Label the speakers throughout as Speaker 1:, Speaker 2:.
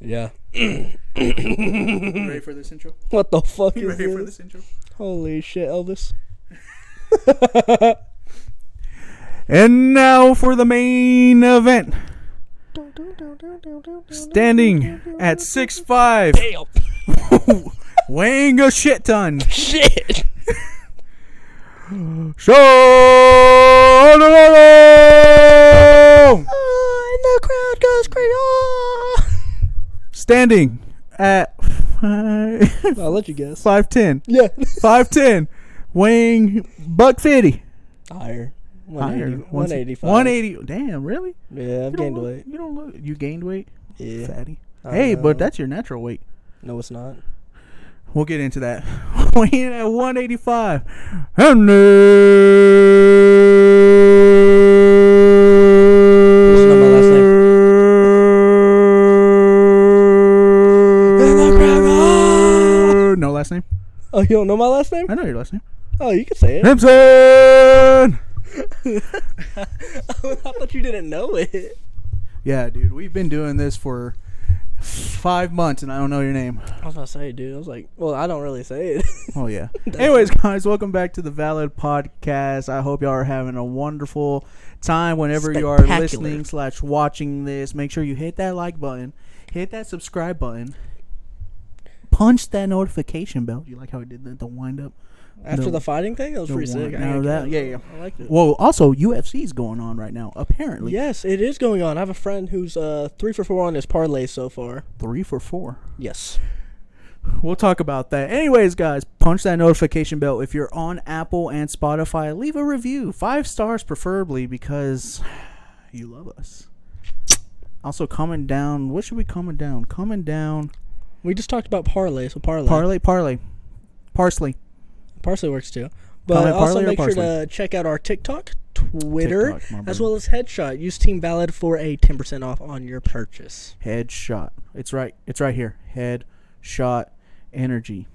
Speaker 1: Yeah.
Speaker 2: You ready for this intro?
Speaker 1: What the fuck
Speaker 2: You
Speaker 1: is
Speaker 2: ready for
Speaker 1: this?
Speaker 2: this intro?
Speaker 1: Holy shit, Elvis.
Speaker 2: And now for the main event. Standing at six five,
Speaker 1: Damn.
Speaker 2: weighing a shit ton.
Speaker 1: Shit.
Speaker 2: Sean O'Donnell!
Speaker 1: Oh, and the crowd goes crazy.
Speaker 2: Standing at five,
Speaker 1: I'll let you guess.
Speaker 2: 5'10",
Speaker 1: Yeah.
Speaker 2: 5'10", weighing buck fifty.
Speaker 1: Higher.
Speaker 2: Higher.
Speaker 1: 180, 185.
Speaker 2: 180. Damn, really?
Speaker 1: Yeah, I've
Speaker 2: You don't
Speaker 1: gained
Speaker 2: look-
Speaker 1: weight.
Speaker 2: You don't look. You gained weight,
Speaker 1: Yeah.
Speaker 2: fatty.
Speaker 1: I
Speaker 2: Hey, but
Speaker 1: know.
Speaker 2: that's your natural weight.
Speaker 1: No, it's not.
Speaker 2: We'll get into that. Weighing in at 185. Henry.
Speaker 1: not my last name.
Speaker 2: No last name.
Speaker 1: Oh, you don't know my last name?
Speaker 2: I know your last name.
Speaker 1: Oh, you can say it.
Speaker 2: Simpson.
Speaker 1: I thought you didn't know it.
Speaker 2: Yeah, dude, we've been doing this for five months, and I don't know your name.
Speaker 1: I was about to say, dude. I was like, well, I don't really say it.
Speaker 2: Oh yeah. Anyways, guys, welcome back to the Valid Podcast. I hope y'all are having a wonderful time whenever you are
Speaker 1: Spectacular.
Speaker 2: listening slash watching this. Make sure you hit that like button, hit that subscribe button, punch that notification bell. You like how I did that? The wind up.
Speaker 1: After
Speaker 2: No.
Speaker 1: the fighting thing, that was
Speaker 2: The
Speaker 1: pretty sick.
Speaker 2: one-
Speaker 1: I
Speaker 2: no,
Speaker 1: didn't
Speaker 2: that-
Speaker 1: care.
Speaker 2: yeah, yeah.
Speaker 1: I liked it.
Speaker 2: Whoa! Also, UFC is going on right now. Apparently,
Speaker 1: Yes, it is going on. I have a friend who's uh, three for four on his parlay so far.
Speaker 2: three for four.
Speaker 1: Yes.
Speaker 2: We'll talk about that. Anyways, guys, punch that notification bell. If you're on Apple and Spotify, leave a review. Five stars, preferably, because you love us. Also, comment down. What should we comment down? Comment down.
Speaker 1: We just talked about parlay, so parlay.
Speaker 2: Parlay, parlay. Parsley.
Speaker 1: Parsley works too. But
Speaker 2: Comment
Speaker 1: also
Speaker 2: parlay or
Speaker 1: make sure to
Speaker 2: parsley?
Speaker 1: check out our TikTok, Twitter,
Speaker 2: TikTok, my
Speaker 1: as
Speaker 2: bad.
Speaker 1: well as Headshot. Use Team Valid for a 10% off on your purchase.
Speaker 2: Headshot. It's right. It's right here. Head shot energy.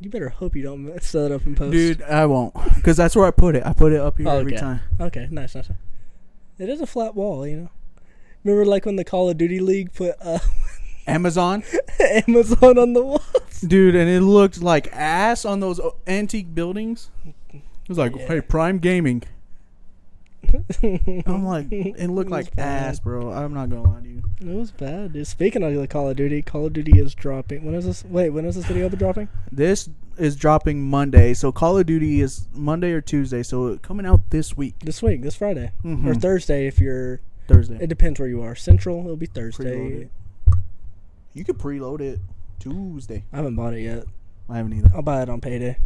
Speaker 1: You better hope you don't mess that up in post.
Speaker 2: Dude, I won't. Because that's where I put it. I put it up here
Speaker 1: Oh,
Speaker 2: every
Speaker 1: okay.
Speaker 2: time.
Speaker 1: Okay, nice, nice. nice. It is a flat wall, you know. Remember, like when the Call of Duty League put uh,
Speaker 2: Amazon.
Speaker 1: Amazon on the wall?
Speaker 2: dude, and it looked like ass on those uh, antique buildings. It was like,
Speaker 1: Yeah.
Speaker 2: hey, Prime Gaming. I'm like, it looked like
Speaker 1: bad.
Speaker 2: ass, bro. I'm not gonna lie to you.
Speaker 1: It was bad. Dude. Speaking of the Call of Duty, Call of Duty is dropping. When is this? Wait, when is this video dropping?
Speaker 2: This is dropping Monday, so Call of Duty is Monday or Tuesday, so it coming out this week,
Speaker 1: This week, this Friday or
Speaker 2: Mhm.
Speaker 1: Thursday if you're. It
Speaker 2: Thursday.
Speaker 1: depends where you are. Central, it'll be Thursday.
Speaker 2: Preloaded. You could preload it Tuesday.
Speaker 1: I haven't bought it yet.
Speaker 2: I haven't either.
Speaker 1: I'll buy it on payday.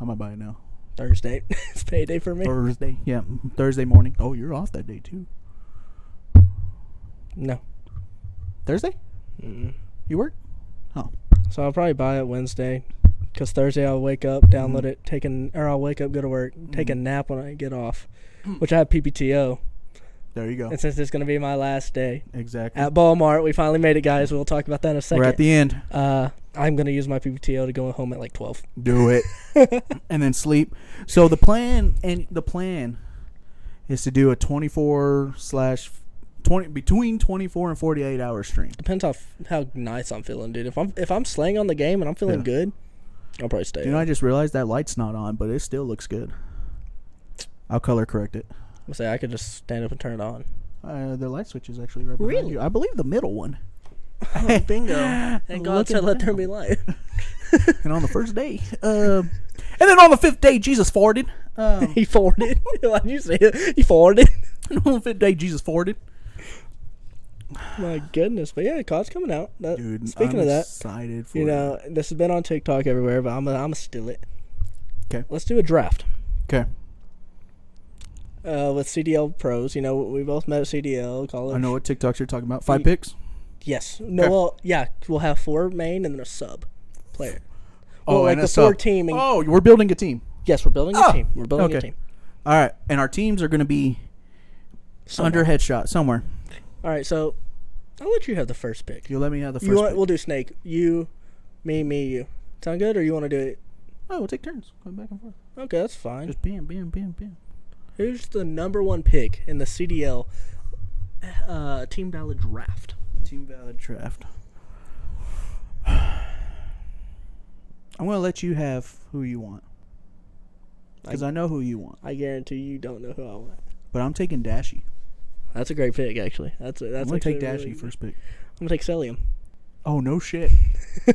Speaker 2: I might buy it now.
Speaker 1: Thursday. it's payday for me.
Speaker 2: Thursday, yeah, Thursday morning. Oh, you're off that day too.
Speaker 1: No.
Speaker 2: Thursday,
Speaker 1: Mm-mm.
Speaker 2: you work? Oh,
Speaker 1: So I'll probably buy it Wednesday, because Thursday I'll wake up,
Speaker 2: Mm-hmm.
Speaker 1: download it, take an or I'll wake up, go to work, take a nap when I get off,
Speaker 2: Mm.
Speaker 1: which I have PPTO,
Speaker 2: there you go.
Speaker 1: and since it's gonna be my last day
Speaker 2: Exactly.
Speaker 1: at Walmart, we finally made it, guys. We'll talk about that in a
Speaker 2: We're
Speaker 1: second.
Speaker 2: at the end.
Speaker 1: uh, I'm gonna use my PPTO to go home at like 12.
Speaker 2: do it and then sleep so the plan and the plan is to do a 24 slash 20 between 24 and 48 hour stream
Speaker 1: Depends how f- how nice I'm feeling, dude. If I'm if I'm slaying on the game and I'm feeling
Speaker 2: Yeah.
Speaker 1: good, I'll probably stay.
Speaker 2: you know i just realized that light's not on but it still looks good i'll color correct it
Speaker 1: I say I could just stand up and turn it on.
Speaker 2: uh, the light switch is actually right behind
Speaker 1: Really?
Speaker 2: you. i believe the middle one
Speaker 1: Oh, bingo!
Speaker 2: Look
Speaker 1: Thank God said,
Speaker 2: at
Speaker 1: "Let there be light."
Speaker 2: and on the first day uh, and then on the fifth day jesus farted um,
Speaker 1: he farted. Why'd you say it? He farted.
Speaker 2: on the fifth day jesus farted
Speaker 1: My goodness, but yeah, COD's coming out. That-
Speaker 2: dude
Speaker 1: speaking
Speaker 2: I'm
Speaker 1: of that,
Speaker 2: excited for
Speaker 1: you
Speaker 2: it.
Speaker 1: know this has been on TikTok everywhere, but I'm gonna, I'm gonna steal it.
Speaker 2: 'Kay.
Speaker 1: let's do a draft
Speaker 2: okay
Speaker 1: uh, with CDL pros. You know we both met at CDL college.
Speaker 2: i know what tiktoks you're talking about five
Speaker 1: Ye-
Speaker 2: picks
Speaker 1: Yes. No.
Speaker 2: 'Kay.
Speaker 1: Well, yeah, we'll have four main and then a sub player. Well, like
Speaker 2: Oh, and
Speaker 1: the
Speaker 2: a sub.
Speaker 1: four team. And,
Speaker 2: Oh, we're building a team.
Speaker 1: Yes, we're building a
Speaker 2: Ah,
Speaker 1: team. We're building a
Speaker 2: okay.
Speaker 1: team.
Speaker 2: All right, and our teams are going to be under headshot somewhere.
Speaker 1: All right, so I'll let you have the first pick.
Speaker 2: You let me have the first.
Speaker 1: You want?
Speaker 2: pick.
Speaker 1: We'll do snake. You, me, me, you. Sound good, or you want to do it?
Speaker 2: oh, we'll take turns, going back and forth.
Speaker 1: Okay, that's fine.
Speaker 2: Just bam, bam, bam, bam.
Speaker 1: Who's the number one pick in the CDL uh, Team Valid draft?
Speaker 2: Team valid draft. I'm gonna let you have who you want because I know who you want.
Speaker 1: I guarantee you don't know who I want.
Speaker 2: But I'm taking Dashy.
Speaker 1: That's a great pick, actually. That's a,
Speaker 2: I'm
Speaker 1: that's
Speaker 2: gonna take
Speaker 1: actually a
Speaker 2: Dashy
Speaker 1: really-
Speaker 2: first pick.
Speaker 1: I'm gonna take Celium.
Speaker 2: Oh no shit!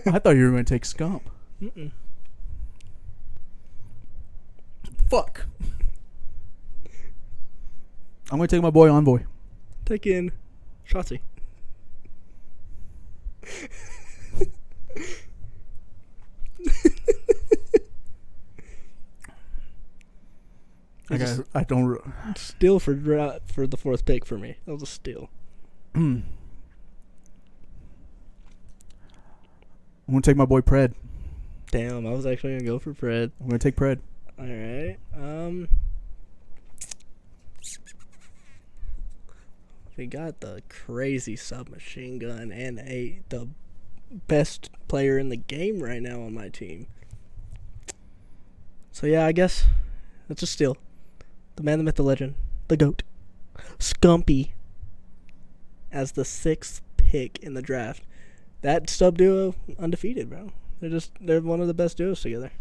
Speaker 2: I thought you were gonna take Scump.
Speaker 1: Mm-mm.
Speaker 2: Fuck. I'm gonna take my boy Envoy.
Speaker 1: Take in Shotzi.
Speaker 2: I,
Speaker 1: Just-
Speaker 2: got- I don't. re-
Speaker 1: Steal for dra- for the fourth pick for me. That was a steal.
Speaker 2: I'm gonna take my boy Pred.
Speaker 1: Damn, I was actually gonna go for Fred.
Speaker 2: I'm gonna take Pred.
Speaker 1: All right. Um, we got the crazy submachine gun and a the best player in the game right now on my team. So yeah, I guess that's a steal. The man, the myth, the legend, the goat, Scumpy, as the sixth pick in the draft. That sub duo undefeated, bro. They're just they're one of the best duos together.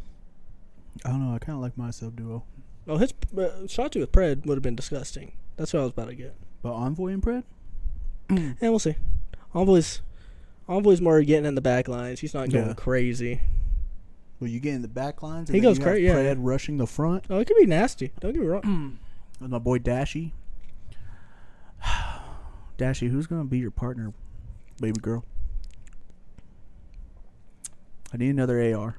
Speaker 2: I don't know. I kind of like my sub duo,
Speaker 1: Oh, his uh, shot to with Pred would have been disgusting. That's what I was about to get.
Speaker 2: but Envoy and Pred.
Speaker 1: And we'll see. Envoy's, Envoy's more getting in the back lines. He's not going
Speaker 2: Yeah.
Speaker 1: crazy.
Speaker 2: Well, you get in the back lines. And
Speaker 1: He
Speaker 2: then
Speaker 1: goes
Speaker 2: you have
Speaker 1: cra- yeah,
Speaker 2: Pred
Speaker 1: yeah.
Speaker 2: rushing the front
Speaker 1: Oh, it could be nasty. Don't get me wrong.
Speaker 2: with my boy Dashy. Dashy, who's gonna be your partner, baby girl? I need another AR.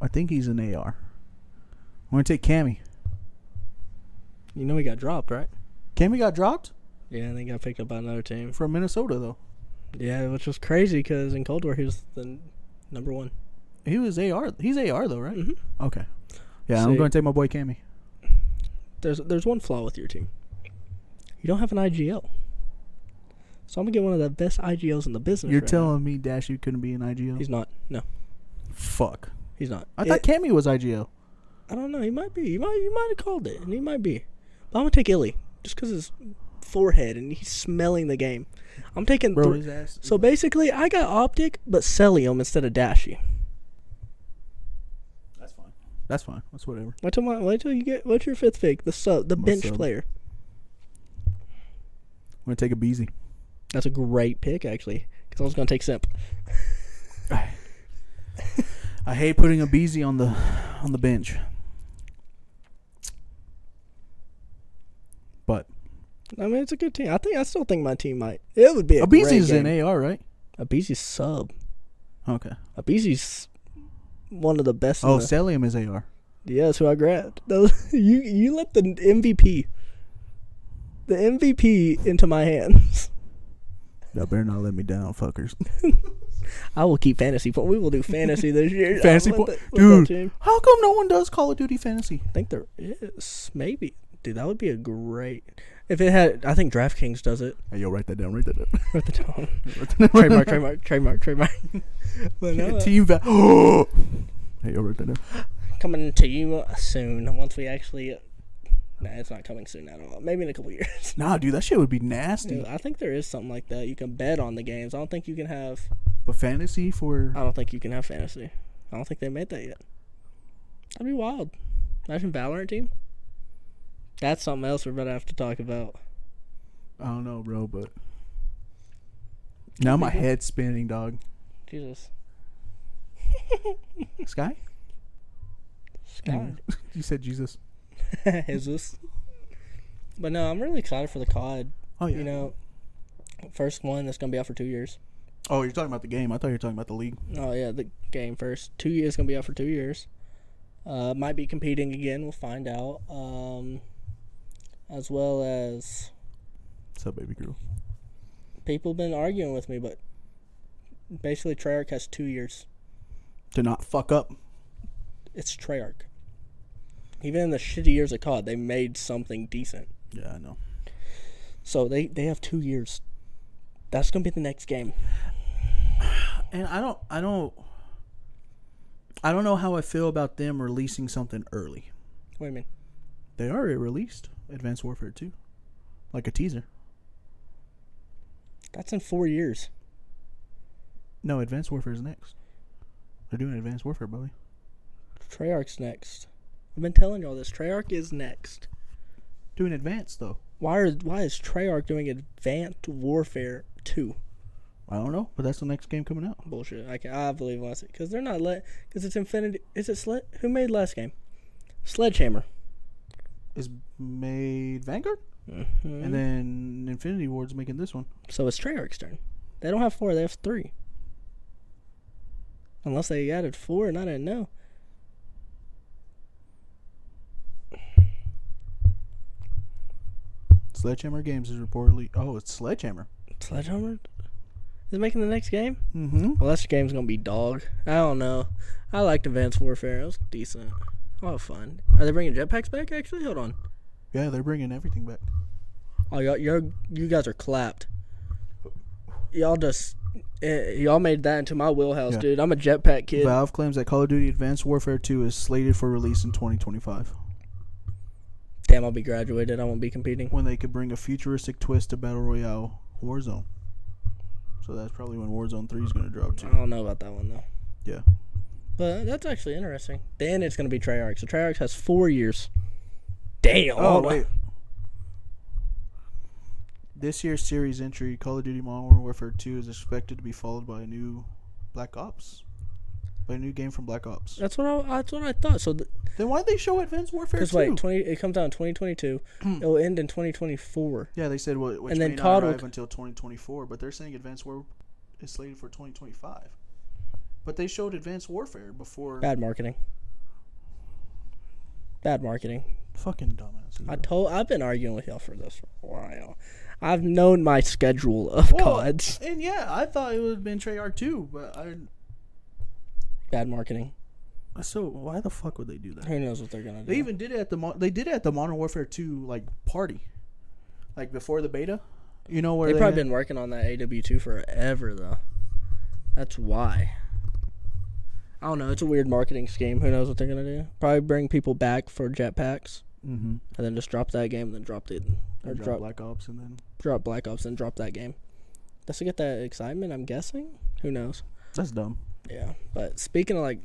Speaker 2: I think he's an AR. I'm gonna take Cammy.
Speaker 1: You know he got dropped, right?
Speaker 2: Cammy got dropped
Speaker 1: Yeah, and then got picked up by another team.
Speaker 2: from Minnesota though.
Speaker 1: Yeah, which was crazy because in Cold War he was the n- number one.
Speaker 2: He was AR. He's AR though, right?
Speaker 1: hmm
Speaker 2: Okay. Yeah, I'm
Speaker 1: See-
Speaker 2: going to take my boy Cammy.
Speaker 1: There's there's one flaw with your team. You don't have an IGL. So I'm gonna get one of the best IGLs in the business.
Speaker 2: You're
Speaker 1: right
Speaker 2: telling me Dashu couldn't be an IGO?
Speaker 1: now. he's not. No,
Speaker 2: Fuck.
Speaker 1: he's not.
Speaker 2: I
Speaker 1: It-
Speaker 2: thought Cammy was IGO.
Speaker 1: I don't know. He might be. He might. He might have called it, and he might be. But I'm gonna take Illy just because his forehead and he's smelling the game. I'm taking.
Speaker 2: Bro,
Speaker 1: thr-
Speaker 2: his ass.
Speaker 1: so basically, I got optic, but Celium instead of Dashi.
Speaker 2: that's fine. That's fine. That's whatever.
Speaker 1: Wait till my, wait till you get what's your fifth pick? The sub, the
Speaker 2: My
Speaker 1: bench
Speaker 2: sub.
Speaker 1: player.
Speaker 2: I'm going to take a Beezy.
Speaker 1: That's a great pick actually, because I was gonna take Simp.
Speaker 2: I hate putting a Beezy on the on the bench. But
Speaker 1: I mean, it's a good team. I think I still think my team might. It would be a great
Speaker 2: Abizi's
Speaker 1: game.
Speaker 2: in AR, right?
Speaker 1: Abizi's sub.
Speaker 2: Okay.
Speaker 1: Abizi's one of the best. in
Speaker 2: Oh,
Speaker 1: the-
Speaker 2: Celium is AR.
Speaker 1: Yeah, that's who I grabbed. Those, you you let the MVP, the MVP into my hands.
Speaker 2: Y'all better not let me down, fuckers.
Speaker 1: I will keep fantasy point. We will do fantasy this year.
Speaker 2: Fantasy
Speaker 1: I'll let
Speaker 2: point-
Speaker 1: that- let that
Speaker 2: Dude.
Speaker 1: team-
Speaker 2: How come no one does Call of Duty Fantasy?
Speaker 1: I think there is maybe. Dude, that would be a great. If it had, I think DraftKings does it.
Speaker 2: Hey, yo, write that down. Write that down.
Speaker 1: Write the tone.
Speaker 2: Write that down.
Speaker 1: trademark, trademark, trademark, trademark. but no, uh,
Speaker 2: Team Val. hey, yo, write that down.
Speaker 1: coming to you uh, soon. Once we actually, uh, nah, it's not coming soon at all. Maybe in a couple years.
Speaker 2: Nah, dude, that shit would be nasty.
Speaker 1: Dude, I think there is something like that. You can bet on the games. I don't think you can have.
Speaker 2: But fantasy for
Speaker 1: I don't think you can have fantasy. I don't think they made that yet. That'd be wild. Imagine Valorant team. That's something else we're about to have to talk about.
Speaker 2: I don't know, bro, but now my head's spinning, dog.
Speaker 1: Jesus.
Speaker 2: Sky? Mm.
Speaker 1: Sky.
Speaker 2: you said Jesus.
Speaker 1: Jesus. But no, I'm really excited for the COD.
Speaker 2: Oh yeah.
Speaker 1: You know, first one that's going to be out for two years.
Speaker 2: Oh, you're talking about the game. I thought you were talking about the league.
Speaker 1: Oh, yeah, the game first. Two years going to be out for two years. Uh, might be competing again. We'll find out. Um, as well as.
Speaker 2: What's up, baby girl?
Speaker 1: people been arguing with me, but basically Treyarch has two years.
Speaker 2: To not fuck up.
Speaker 1: It's Treyarch. Even in the shitty years of COD, they made something decent.
Speaker 2: Yeah, I know.
Speaker 1: So they, they have two years. That's gonna be the next game.
Speaker 2: And I don't I don't I don't know how I feel about them releasing something early.
Speaker 1: What do you mean?
Speaker 2: They already released Advanced Warfare 2. Like a teaser.
Speaker 1: That's in four years.
Speaker 2: No, Advanced Warfare is next. They're doing Advanced Warfare, buddy.
Speaker 1: Treyarch's next. I've been telling y'all this. Treyarch is next.
Speaker 2: Doing Advanced, though.
Speaker 1: Why are why is Treyarch doing Advanced Warfare two?
Speaker 2: I don't know, but that's the next game coming out.
Speaker 1: Bullshit. I can I believe last because they're not let because it's Infinity. Is it Sled? Who made last game? Sledgehammer.
Speaker 2: Is made Vanguard?
Speaker 1: Mhm.
Speaker 2: And then Infinity Ward's making this one.
Speaker 1: So it's Treyarch's turn. They don't have four. They have three. Unless they added four, and I didn't know.
Speaker 2: Sledgehammer Games is reportedly. Oh, it's Sledgehammer.
Speaker 1: Sledgehammer is making the next game.
Speaker 2: Mm hmm.
Speaker 1: Well, this game's gonna be dog. I don't know. I liked Advanced Warfare. It was decent. Oh, fun. Are they bringing jetpacks back? Actually, hold on.
Speaker 2: Yeah, they're bringing everything back.
Speaker 1: Oh, y'all, y'all you guys are clapped. Y'all just, eh, y'all made that into my wheelhouse,
Speaker 2: Yeah.
Speaker 1: dude. I'm a jetpack kid.
Speaker 2: Valve claims that Call of Duty Advanced Warfare 2 is slated for release in 2025,
Speaker 1: Damn, I'll be graduated. I won't be competing.
Speaker 2: when they could bring a futuristic twist to Battle Royale Warzone. So that's probably when Warzone 3 is going to drop
Speaker 1: I
Speaker 2: too.
Speaker 1: don't know about that one though.
Speaker 2: Yeah.
Speaker 1: But that's actually interesting. Then it's gonna be Treyarch. So Treyarch has four years. Damn.
Speaker 2: Oh, wait. This year's series entry, Call of Duty Modern Warfare 2, is expected to be followed by a new Black Ops. By a new game from Black Ops.
Speaker 1: That's what I. That's what I thought. So th-
Speaker 2: Then why'd they show Advanced Warfare
Speaker 1: 'cause
Speaker 2: 2?
Speaker 1: wait, twenty. It comes out in 2022.
Speaker 2: Hmm.
Speaker 1: It'll end in 2024.
Speaker 2: yeah, they said what, which
Speaker 1: And
Speaker 2: may
Speaker 1: then
Speaker 2: not
Speaker 1: COD will-
Speaker 2: arrive until 2024, but they're saying Advanced War is slated for 2025. But they showed Advanced Warfare before.
Speaker 1: Bad marketing. Bad marketing.
Speaker 2: Fucking dumbasses.
Speaker 1: I
Speaker 2: bro.
Speaker 1: told I've been arguing with y'all for this for a while. I've known my schedule of
Speaker 2: Well,
Speaker 1: CODs.
Speaker 2: And yeah, I thought it would have been Treyarch too, but I.
Speaker 1: Bad marketing.
Speaker 2: So why the fuck would they do that?
Speaker 1: Who knows what they're gonna do?
Speaker 2: They even did it at the mo- they did it at the Modern Warfare 2 like party, like before the beta. You know where
Speaker 1: They've
Speaker 2: they
Speaker 1: probably
Speaker 2: had-
Speaker 1: been working on that AW2 forever though. That's why. I don't know. It's a weird marketing scheme. Who knows what they're gonna do? Probably bring people back for jetpacks, and
Speaker 2: Mhm.
Speaker 1: then just drop that game, and then drop it,
Speaker 2: They
Speaker 1: or
Speaker 2: dropped
Speaker 1: drop
Speaker 2: Black Ops and then
Speaker 1: drop Black Ops, and drop that game. Just to get that excitement. I'm guessing. Who knows?
Speaker 2: that's dumb.
Speaker 1: Yeah, but speaking of like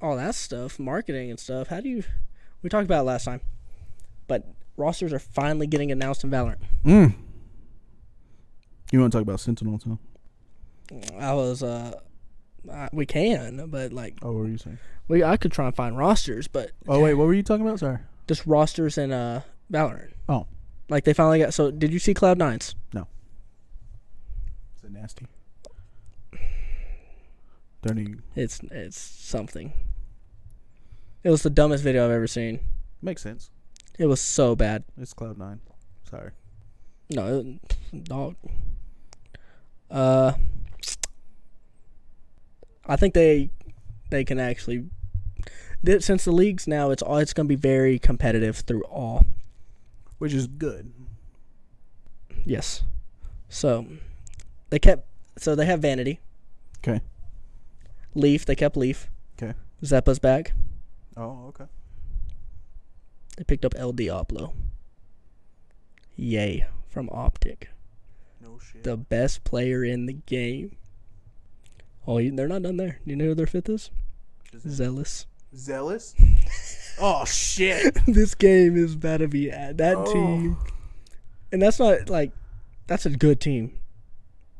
Speaker 1: all that stuff, marketing and stuff, how do you? We talked about it last time, but rosters are finally getting announced in Valorant.
Speaker 2: Mm. You want to talk about Sentinel too?
Speaker 1: I was uh, I, we can, but like
Speaker 2: Oh, what were you saying?
Speaker 1: we, I could try and find rosters, but
Speaker 2: Oh wait, what were you talking about? Sorry.
Speaker 1: just rosters in uh Valorant.
Speaker 2: Oh.
Speaker 1: like they finally got. So did you see Cloud Nines?
Speaker 2: Is it nasty? Don't you
Speaker 1: It's it's something. It was the dumbest video I've ever seen.
Speaker 2: makes sense?
Speaker 1: It was so bad.
Speaker 2: It's Cloud Nine. Sorry.
Speaker 1: No, it, dog. Uh, I think they they can actually. that- Since the leagues now, it's all it's going to be very competitive through all.
Speaker 2: Which is good.
Speaker 1: Yes, so they kept so they have Vanity,
Speaker 2: Okay.
Speaker 1: Leaf. They kept Leaf.
Speaker 2: 'Kay.
Speaker 1: Zeppa's back.
Speaker 2: Oh, okay.
Speaker 1: They picked up El Diablo. Yay from Optic,
Speaker 2: No shit.
Speaker 1: the best player in the game. Oh, you- they're not done there. You know who their fifth is? Zealous.
Speaker 2: Zealous. oh shit.
Speaker 1: this game is about to be at that
Speaker 2: Oh.
Speaker 1: team, and that's not like that's a good team,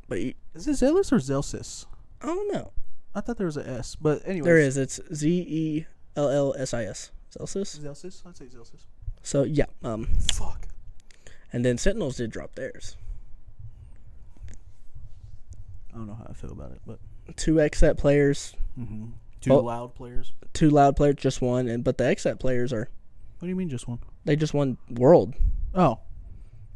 Speaker 1: but you-
Speaker 2: Is it Zealous or Zelsis?
Speaker 1: I don't know.
Speaker 2: I thought there was an S, but anyway.
Speaker 1: There is it's Z E L L S I S Celsius.
Speaker 2: Zelsis. I'd say Zelsis.
Speaker 1: So yeah, um,
Speaker 2: Fuck.
Speaker 1: and then Sentinels did drop theirs.
Speaker 2: I don't know how I feel about it, but
Speaker 1: Two exit players,
Speaker 2: mm-hmm. two
Speaker 1: Well-
Speaker 2: loud players.
Speaker 1: two loud players, just one, and but the exit players are
Speaker 2: What do you mean, just one?
Speaker 1: they just won world.
Speaker 2: Oh,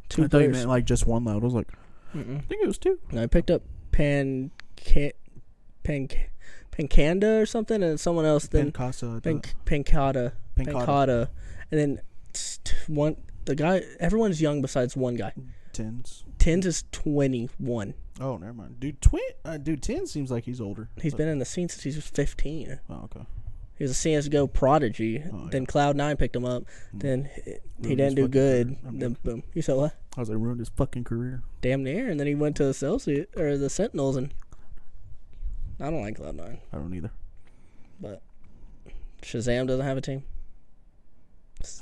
Speaker 1: Two
Speaker 2: I thought you
Speaker 1: players.
Speaker 2: meant like just one loud. I was like,
Speaker 1: Mm-mm.
Speaker 2: I think it was two.
Speaker 1: And I picked up Pan Pan Pan Pancanda or something, and someone else. Then
Speaker 2: Pancasa.
Speaker 1: Pan- Pancata.
Speaker 2: Pancata.
Speaker 1: Pancata. And then s- t- one the guy everyone's young besides one guy.
Speaker 2: Tens.
Speaker 1: Tins is twenty one.
Speaker 2: Oh, never mind. Dude, twin. Uh, dude, ten seems like he's older.
Speaker 1: He's
Speaker 2: but-
Speaker 1: been in the scene since he was fifteen.
Speaker 2: Oh, okay.
Speaker 1: He was a CS:GO prodigy.
Speaker 2: Oh,
Speaker 1: then Cloud Nine picked him up. Then he, he
Speaker 2: Ruined his
Speaker 1: didn't do
Speaker 2: fucking
Speaker 1: good.
Speaker 2: career. I'm
Speaker 1: Then boom. You said what?
Speaker 2: I was like ruined his fucking career.
Speaker 1: Damn near. And then he went to the Celsius or the Sentinels, and I don't like Cloud Nine,
Speaker 2: I don't either.
Speaker 1: but Shazam doesn't have a team.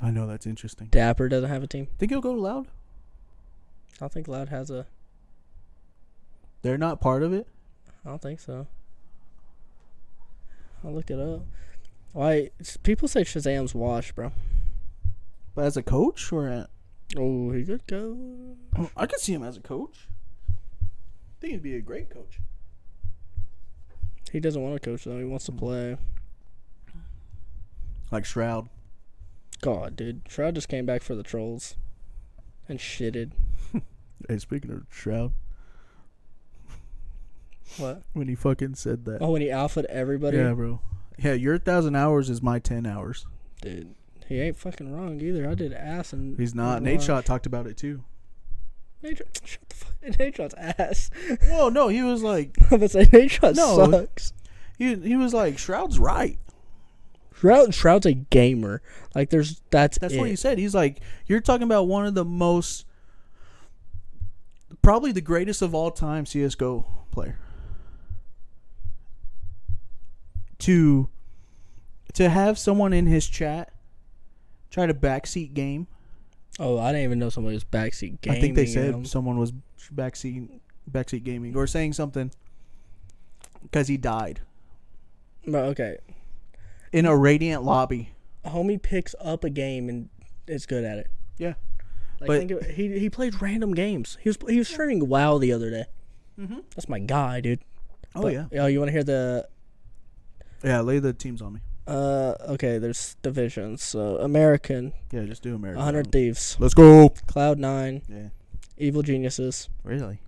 Speaker 2: I know that's interesting.
Speaker 1: Dapper doesn't have a team.
Speaker 2: Think he'll go loud?
Speaker 1: I don't think Loud has a.
Speaker 2: They're not part of it.
Speaker 1: I don't think so. I looked it up. Why s- people say Shazam's washed, bro?
Speaker 2: But as a coach or at,
Speaker 1: Oh, he could go.
Speaker 2: I could see him as a coach. I think he'd be a great coach.
Speaker 1: He doesn't want to coach though. He wants to
Speaker 2: Hmm.
Speaker 1: play.
Speaker 2: Like Shroud.
Speaker 1: God, dude, Shroud just came back for the trolls, and shitted.
Speaker 2: Hey, speaking of Shroud,
Speaker 1: What?
Speaker 2: when he fucking said that.
Speaker 1: Oh, when he alphaed everybody.
Speaker 2: yeah, bro. Yeah, your thousand hours is my ten hours.
Speaker 1: Dude, he ain't fucking wrong either. I did ass and
Speaker 2: He's not.
Speaker 1: and
Speaker 2: Nate
Speaker 1: watch.
Speaker 2: Shot talked about it too.
Speaker 1: Nate Shot- shut the fuck. Nate Shot's ass.
Speaker 2: Well, no, he was like,
Speaker 1: I'm gonna say Nate Shot
Speaker 2: No.
Speaker 1: sucks.
Speaker 2: he he was like, Shroud's right.
Speaker 1: Shroud Shroud's a gamer. Like there's that's
Speaker 2: That's
Speaker 1: it.
Speaker 2: what he said. He's like, you're talking about one of the most, probably the greatest of all time CSGO player. To, to have someone in his chat try to backseat game.
Speaker 1: Oh, I didn't even know somebody was backseat gaming.
Speaker 2: I think they said
Speaker 1: him.
Speaker 2: someone was backseat backseat gaming or saying something because he died
Speaker 1: But okay,
Speaker 2: in a radiant lobby.
Speaker 1: homie picks up a game and is good at it.
Speaker 2: Yeah,
Speaker 1: Like
Speaker 2: But-
Speaker 1: think of, he he played random games. He was he was streaming WoW the other day. Mm-hmm. That's my guy, dude.
Speaker 2: Oh
Speaker 1: But-
Speaker 2: yeah.
Speaker 1: Oh, you want to hear the
Speaker 2: Yeah, lay the teams on me.
Speaker 1: uh? Okay, there's divisions. So American,
Speaker 2: Yeah, just do America.
Speaker 1: 100 Thieves,
Speaker 2: Let's go.
Speaker 1: Cloud Nine,
Speaker 2: Yeah.
Speaker 1: Evil Geniuses,
Speaker 2: Really?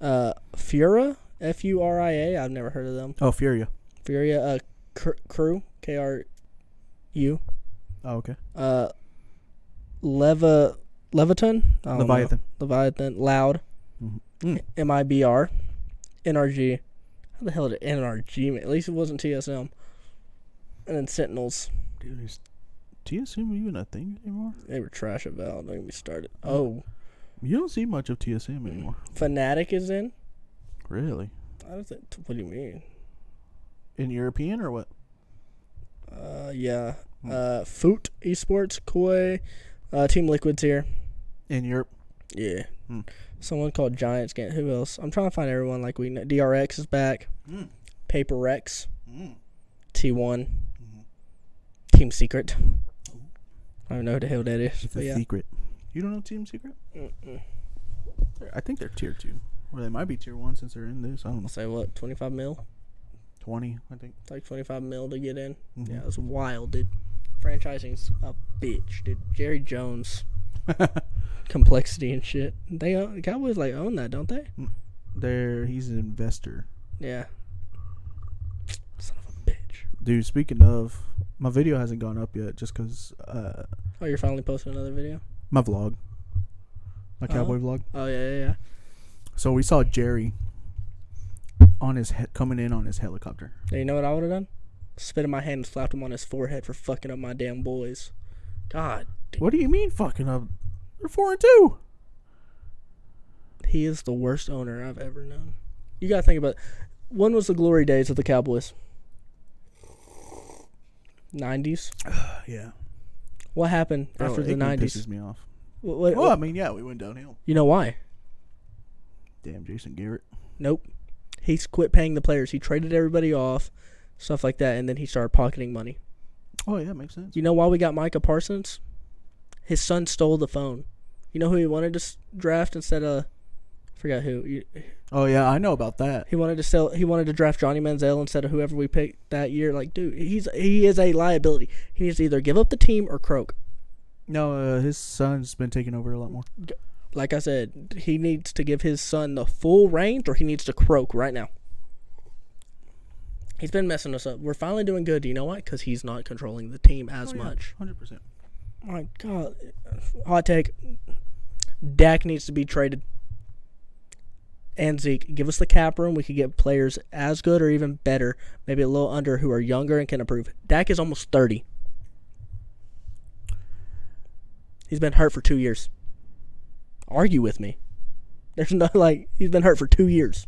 Speaker 1: uh, Fura, F U R I A. I've never heard of them.
Speaker 2: Oh, Furia.
Speaker 1: Furia, uh, Cr- Crew, K R U,
Speaker 2: Oh, okay.
Speaker 1: uh, Leva, Leviton, I don't know.
Speaker 2: Leviathan.
Speaker 1: Leviathan, Loud,
Speaker 2: Mhm. Mm.
Speaker 1: M I B R, NRG. How the hell did NRG? ma- At least it wasn't TSM. And then Sentinels.
Speaker 2: Dude, is TSM even a thing anymore?
Speaker 1: They were trash at Valve. Don't get me started. Oh,
Speaker 2: You don't see much of TSM anymore.
Speaker 1: Fnatic is in.
Speaker 2: Hmm. Really?
Speaker 1: I don't think. What do you mean?
Speaker 2: In European or what?
Speaker 1: Uh, yeah. Uh, Foot Esports, Koi, uh, Team Liquid's here.
Speaker 2: In Europe.
Speaker 1: Yeah.
Speaker 2: Hmm.
Speaker 1: Someone called Giants. Get who else? I'm trying to find everyone. Like we know. DRX is back.
Speaker 2: Mm.
Speaker 1: Paper Rex.
Speaker 2: Mm.
Speaker 1: T1. Team Secret. I don't know who the hell that is.
Speaker 2: Mm-hmm. Oh. It's
Speaker 1: But
Speaker 2: a
Speaker 1: yeah.
Speaker 2: secret. You don't know Team Secret?
Speaker 1: Mm-mm.
Speaker 2: They're- I think they're tier two. Or they might be tier one since they're in this. I don't know.
Speaker 1: Say what? 25 mil?
Speaker 2: Twenty, I think.
Speaker 1: It's like 25 mil to get in.
Speaker 2: Mhm.
Speaker 1: Yeah, it's wild, dude. Franchising's a bitch, dude. Jerry Jones. complexity and shit. They own, Cowboys like own that, don't they?
Speaker 2: There, he's an investor.
Speaker 1: Yeah. Son of a bitch.
Speaker 2: Dude, speaking of, my video hasn't gone up yet just because uh,
Speaker 1: Oh, you're finally posting another video?
Speaker 2: my vlog, my
Speaker 1: Uh-huh.
Speaker 2: cowboy vlog.
Speaker 1: Oh yeah, yeah, yeah.
Speaker 2: So we saw Jerry on his he- coming in on his helicopter.
Speaker 1: Now, you know what I would have done? Spit in my hand and slapped him on his forehead for fucking up my damn boys. God,
Speaker 2: What do you mean fucking up? They're four and two.
Speaker 1: he is the worst owner I've ever known. You gotta think about when was the glory days of the Cowboys? Nineties.
Speaker 2: Uh, Yeah.
Speaker 1: What happened after the nineties?
Speaker 2: pisses me off.
Speaker 1: What, what,
Speaker 2: Well, I mean, yeah, we went downhill.
Speaker 1: you know why?
Speaker 2: Damn, Jason Garrett.
Speaker 1: Nope. He's quit paying the players. He traded everybody off, stuff like that, and then he started pocketing money.
Speaker 2: Oh yeah, makes sense.
Speaker 1: You know why we got Micah Parsons? His son stole the phone. You know who he wanted to s- draft instead of? I forgot who. You-
Speaker 2: Oh yeah, I know about that.
Speaker 1: He wanted to sell. He wanted to draft Johnny Manziel instead of whoever we picked that year. Like, dude, he's he is a liability. He needs to either give up the team or croak.
Speaker 2: No, uh, his son's been taking over a lot more.
Speaker 1: Like I said, he needs to give his son the full range, or he needs to croak right now. He's been messing us up. We're finally doing good. Do you know why? Because he's not controlling the team
Speaker 2: Oh,
Speaker 1: as much.
Speaker 2: Hundred percent.
Speaker 1: My God, hot take. Dak needs to be traded. and Zeke. Give us the cap room. We could get players as good or even better, maybe a little under, who are younger and can improve. Dak is almost 30. He's been hurt for two years. Argue with me. There's no, like, he's been hurt for two years.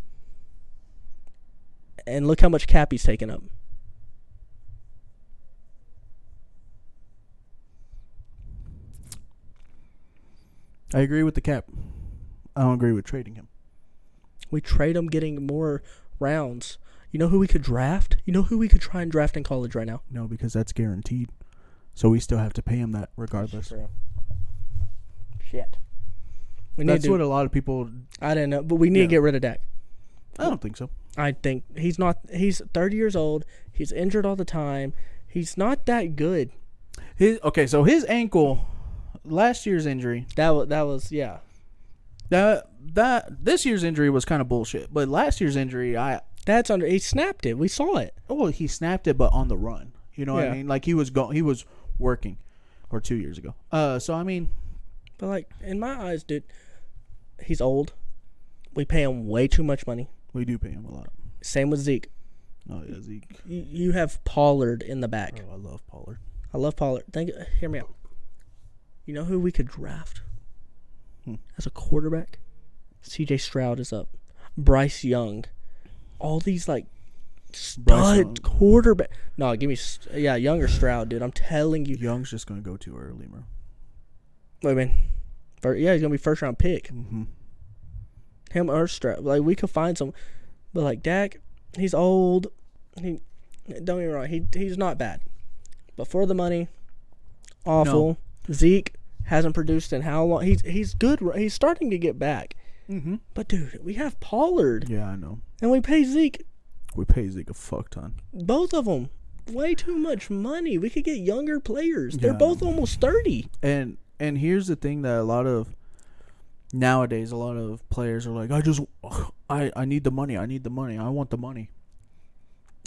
Speaker 1: And look how much cap he's taken up.
Speaker 2: I agree with the cap. I don't agree with trading him.
Speaker 1: We trade him getting more rounds. You know who we could draft? You know who we could try and draft in college right now?
Speaker 2: No, because that's guaranteed. So we still have to pay him that regardless.
Speaker 1: Shit. We need
Speaker 2: That's
Speaker 1: to,
Speaker 2: what a lot of people.
Speaker 1: I don't know, but we need
Speaker 2: Yeah.
Speaker 1: to get rid of Dak.
Speaker 2: I don't think so.
Speaker 1: I think he's not. He's 30 years old. He's injured all the time. He's not that good.
Speaker 2: His okay, so his ankle, last year's injury,
Speaker 1: That was that was yeah.
Speaker 2: that that this year's injury was kind of bullshit. But last year's injury, I
Speaker 1: That's under. He snapped it. We saw it.
Speaker 2: well he snapped it, but on the run. You know what
Speaker 1: Yeah.
Speaker 2: I mean? Like he was going, he was working, or two years ago. Uh, so I mean,
Speaker 1: But like in my eyes, dude, he's old. We pay him way too much money.
Speaker 2: we do pay him a lot.
Speaker 1: Same with Zeke.
Speaker 2: Oh yeah, Zeke.
Speaker 1: You, you have Pollard in the back.
Speaker 2: Oh, I love Pollard.
Speaker 1: I love Pollard. Think, hear me out. You know who we could draft
Speaker 2: Hmm.
Speaker 1: as a quarterback? C.J. Stroud is up. Bryce Young. All these like
Speaker 2: Bryce Young.
Speaker 1: stud quarterback. No, give me S- yeah, Young or Stroud, dude. I'm telling you.
Speaker 2: Young's just gonna go too early, bro.
Speaker 1: Wait a minute. Fir- Yeah, he's gonna be first round pick.
Speaker 2: Mm-hmm.
Speaker 1: Him or Stroud. Like we could find some, but like Dak, he's old. He don't get me wrong. He he's not bad, but for the money, awful. Zeke hasn't produced in how long? He's he's good. ri- He's starting to get back.
Speaker 2: Mm-hmm.
Speaker 1: But dude, we have Pollard
Speaker 2: Yeah, I know.
Speaker 1: and we pay Zeke
Speaker 2: We pay Zeke a fuck ton.
Speaker 1: both of them way too much money. We could get younger players. They're
Speaker 2: Yeah.
Speaker 1: both almost thirty.
Speaker 2: And and here's the thing that a lot of nowadays a lot of players are like, I just I I need the money. I need the money. I want the money.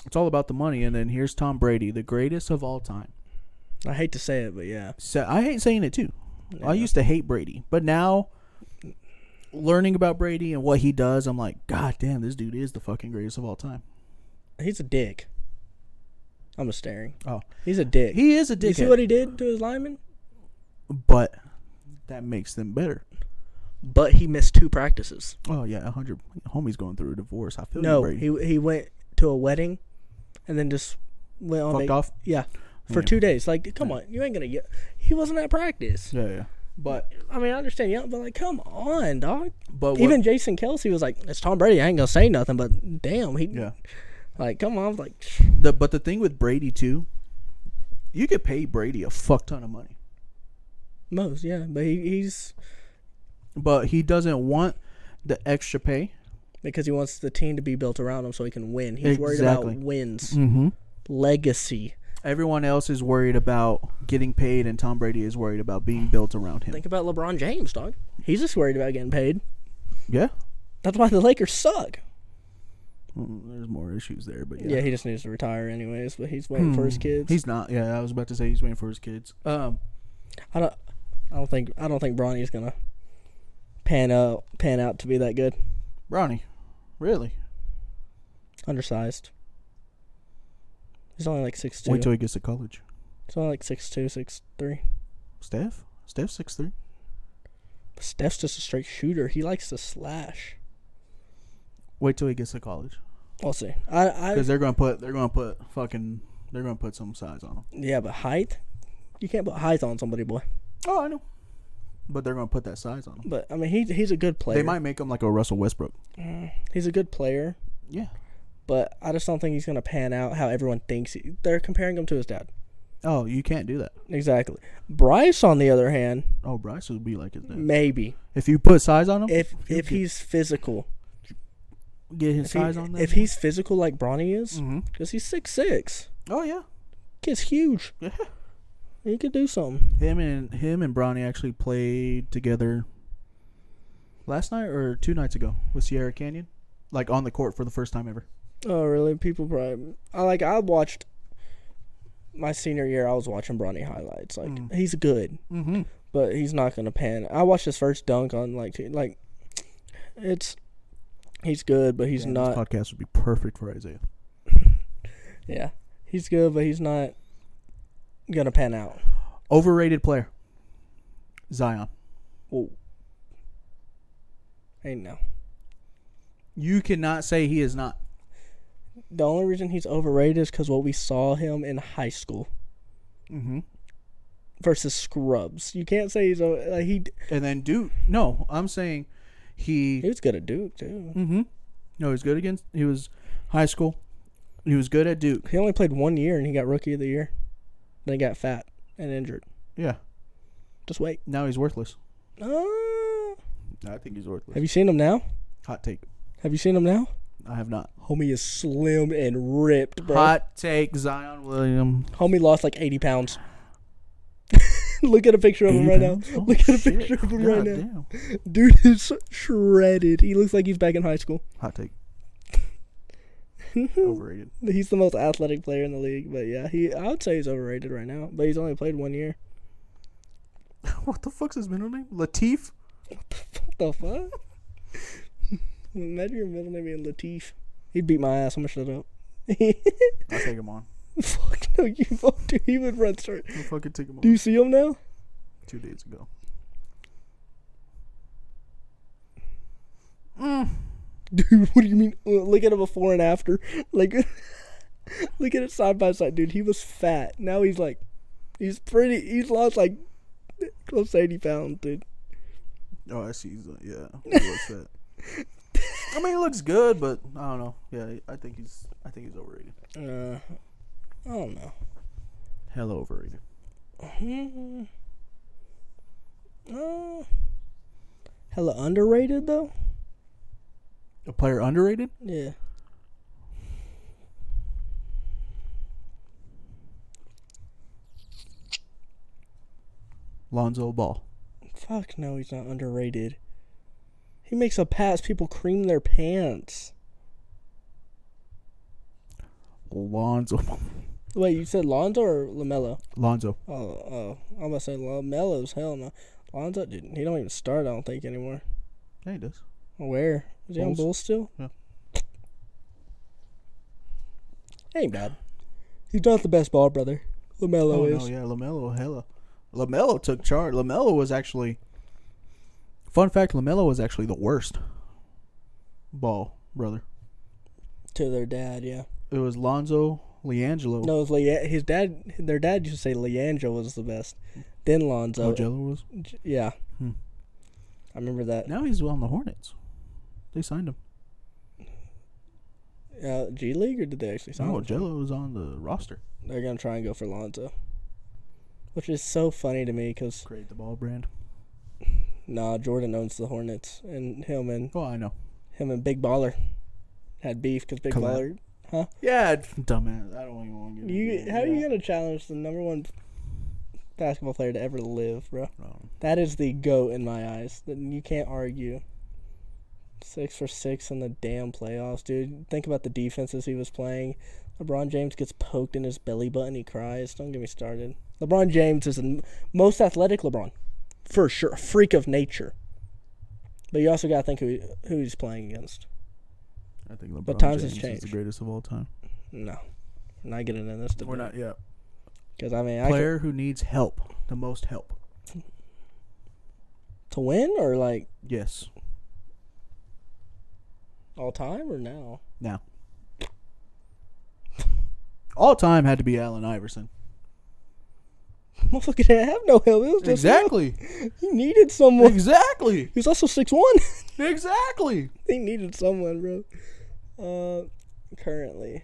Speaker 2: It's all about the money. And then here's Tom Brady, the greatest of all time.
Speaker 1: I hate to say it, but yeah.
Speaker 2: So I hate saying it too. I used to hate Brady, but now learning about Brady and what he does, I'm like, God damn, this dude is the fucking greatest of all time.
Speaker 1: He's a dick. I'm just staring.
Speaker 2: Oh,
Speaker 1: He's a dick.
Speaker 2: he is a
Speaker 1: you see
Speaker 2: dickhead,
Speaker 1: what he did to his lineman?
Speaker 2: but that makes them better.
Speaker 1: But he missed two practices.
Speaker 2: Oh yeah, a hundred. Homie's going through a divorce. I feel you,
Speaker 1: No,
Speaker 2: Brady.
Speaker 1: he he went to a wedding, and then just went on.
Speaker 2: Fucked
Speaker 1: vac-
Speaker 2: off?
Speaker 1: Yeah, for
Speaker 2: Yeah.
Speaker 1: two days. Like, come on, you ain't gonna get. He wasn't at practice.
Speaker 2: yeah, yeah.
Speaker 1: But I mean, I understand. Yeah, but like, come on, dog.
Speaker 2: But what,
Speaker 1: Even Jason Kelsey was like, "It's Tom Brady. I ain't gonna say nothing." But damn, he
Speaker 2: yeah,
Speaker 1: like, come on, like,
Speaker 2: the but the thing with Brady too, you could pay Brady a fuck ton of money,
Speaker 1: most yeah. But he, he's
Speaker 2: but he doesn't want the extra pay.
Speaker 1: because he wants the team to be built around him so he can win. He's worried
Speaker 2: Exactly.
Speaker 1: about wins,
Speaker 2: Mm-hmm.
Speaker 1: legacy.
Speaker 2: Everyone else is worried about getting paid, and Tom Brady is worried about being built around him.
Speaker 1: Think about LeBron James, dog. He's just worried about getting paid.
Speaker 2: Yeah,
Speaker 1: That's why the Lakers suck.
Speaker 2: Mm, there's more issues there, but
Speaker 1: Yeah,
Speaker 2: yeah,
Speaker 1: he just needs to retire anyways, but he's waiting for his kids.
Speaker 2: Hmm. he's not. Yeah, I was about to say he's waiting for his kids. Um,
Speaker 1: I don't I don't think I don't think Bronny's gonna pan out pan out to be that good.
Speaker 2: Ronnie, really?
Speaker 1: Undersized. He's only like six two.
Speaker 2: Wait till he gets to college.
Speaker 1: He's only like six two, six three.
Speaker 2: Steph, Steph, six three.
Speaker 1: Steph's just a straight shooter. He likes to slash.
Speaker 2: Wait till he gets to college,
Speaker 1: We'll see. I, I
Speaker 2: because they're gonna put they're gonna put fucking they're gonna put some size on him.
Speaker 1: yeah, but height? You can't put height on somebody, boy.
Speaker 2: Oh, I know. But they're gonna put that size on him.
Speaker 1: But I mean he he's a good player.
Speaker 2: They might make him like a Russell Westbrook.
Speaker 1: He's a good player,
Speaker 2: Yeah.
Speaker 1: but I just don't think he's gonna pan out how everyone thinks he, they're comparing him to his dad.
Speaker 2: Oh, you can't do that.
Speaker 1: Exactly. Bryce, on the other hand,
Speaker 2: Oh, Bryce would be like his dad.
Speaker 1: maybe
Speaker 2: Mm. If you put size on him,
Speaker 1: if if he's physical,
Speaker 2: get his
Speaker 1: if, he-
Speaker 2: size on that.
Speaker 1: if he's physical like Bronny is,
Speaker 2: hmm
Speaker 1: because he's six six,
Speaker 2: Oh yeah,
Speaker 1: kid's huge.
Speaker 2: yeah.
Speaker 1: He could do something.
Speaker 2: Him and him and Bronny actually played together last night or two nights ago with Sierra Canyon, like on the court for the first time ever.
Speaker 1: Oh, really? People probably. I like. I watched my senior year. I was watching Bronny highlights. Like
Speaker 2: Mm.
Speaker 1: he's good,
Speaker 2: Mm-hmm.
Speaker 1: but he's not gonna pan. I watched his first dunk on like t- like it's He's good, but he's
Speaker 2: Damn,
Speaker 1: not.
Speaker 2: This podcast would be perfect for Isaiah.
Speaker 1: yeah, he's good, but he's not gonna pan out.
Speaker 2: Overrated player. Zion.
Speaker 1: Whoa. I know.
Speaker 2: You cannot say he is not.
Speaker 1: The only reason he's overrated is because what we saw him in high school
Speaker 2: Mm-hmm.
Speaker 1: versus scrubs. You can't say he's o- like he
Speaker 2: And then Duke. No, I'm saying
Speaker 1: he
Speaker 2: he.
Speaker 1: was good at Duke too.
Speaker 2: Mm-hmm. No, he was good against. He was high school. He was good at Duke.
Speaker 1: He only played one year and he got rookie of the year. Then he got fat and injured.
Speaker 2: Yeah.
Speaker 1: Just wait.
Speaker 2: Now he's worthless.
Speaker 1: Ah.
Speaker 2: I think he's worthless.
Speaker 1: have you seen him now?
Speaker 2: Hot take.
Speaker 1: Have you seen him now?
Speaker 2: I have not.
Speaker 1: Homie is slim and ripped, bro.
Speaker 2: Hot take. Zion Williams.
Speaker 1: Homie lost like 80 pounds. Look at a picture of him right
Speaker 2: Oh,
Speaker 1: now. Look at a picture of him right now. Dude is shredded. He looks like he's back in high school.
Speaker 2: Hot take. Overrated.
Speaker 1: He's the most athletic player in the league, but yeah, he I would say he's overrated right now. But he's only played one year.
Speaker 2: what the fuck's his middle name? Latif.
Speaker 1: What the fuck? Imagine your middle name being Latif. He'd beat my ass. I'm gonna shut up.
Speaker 2: I'll take him on.
Speaker 1: fuck no, you fuck, dude. He would run straight.
Speaker 2: I'll fucking take him
Speaker 1: Do you see him now?
Speaker 2: two days ago.
Speaker 1: Dude, what do you mean? Uh, Look at him before and after. Like, look at it side by side, dude. He was fat. Now he's like, he's pretty. He's lost like close to 80 pounds, dude.
Speaker 2: Oh, I see. He's, uh, yeah. he looks fat. I mean, he looks good, but I don't know. Yeah, I think he's. I think he's overrated.
Speaker 1: Uh, I don't know.
Speaker 2: Hella overrated.
Speaker 1: Hmm. Uh, hella underrated, though?
Speaker 2: A player underrated?
Speaker 1: Yeah.
Speaker 2: Lonzo Ball.
Speaker 1: Fuck no, he's not underrated. He makes a pass, people cream their pants.
Speaker 2: Lonzo.
Speaker 1: Wait, you said Lonzo or LaMelo?
Speaker 2: Lonzo.
Speaker 1: Oh, oh. I'm about to say LaMelo's hell no. Lonzo, dude, he don't even start, I don't think, anymore.
Speaker 2: Yeah, he does.
Speaker 1: Where? Is he on
Speaker 2: Bulls.
Speaker 1: Bulls still?
Speaker 2: Yeah.
Speaker 1: Ain't bad. He's not the best ball brother. LaMelo
Speaker 2: Oh,
Speaker 1: is.
Speaker 2: no, yeah, Lamelo, hella. Lamelo took charge. Lamelo was actually. Fun fact: Lamelo was actually the worst. Ball brother.
Speaker 1: To their dad, yeah.
Speaker 2: It was Lonzo, Leangelo.
Speaker 1: No, it was Le- his dad. Their dad used to say Leandro was the best. Then Lonzo.
Speaker 2: Ojello was.
Speaker 1: J- Yeah.
Speaker 2: Oh, Hmm.
Speaker 1: I remember that.
Speaker 2: Now he's on the Hornets. They signed him.
Speaker 1: Uh, G League, or did they actually sign
Speaker 2: No,
Speaker 1: him?
Speaker 2: Jello is on the roster.
Speaker 1: They're going to try and go for Lonzo. Which is so funny to me because,
Speaker 2: Create the ball brand.
Speaker 1: nah, Jordan owns the Hornets. And him and
Speaker 2: Oh, I know.
Speaker 1: him and Big Baller had beef because Big
Speaker 2: Collab.
Speaker 1: Baller.
Speaker 2: Yeah, dumbass. I don't even want to get
Speaker 1: You, how are you going to challenge the number one basketball player to ever live, bro? That is the GOAT in my eyes. That- You can't argue. Six for six in the damn playoffs, dude. Think about the defenses he was playing. LeBron James gets poked in his belly button. He cries. Don't get me started. LeBron James is the m- most athletic LeBron, for sure. A freak of nature. But you also got to think who, who he's playing against.
Speaker 2: I think LeBron
Speaker 1: times has
Speaker 2: James is the
Speaker 1: changed.
Speaker 2: greatest of all time.
Speaker 1: No. We're not getting in this debate.
Speaker 2: yeah.
Speaker 1: Because, I mean, I could,
Speaker 2: Player who needs help, the most help.
Speaker 1: to win or like
Speaker 2: Yes.
Speaker 1: all time or now?
Speaker 2: Now. All time had to be Allen Iverson.
Speaker 1: Motherfucker didn't have no help. It was just
Speaker 2: Exactly.
Speaker 1: He needed someone.
Speaker 2: exactly.
Speaker 1: He was also six one.
Speaker 2: Exactly.
Speaker 1: he needed someone, bro. Uh, currently.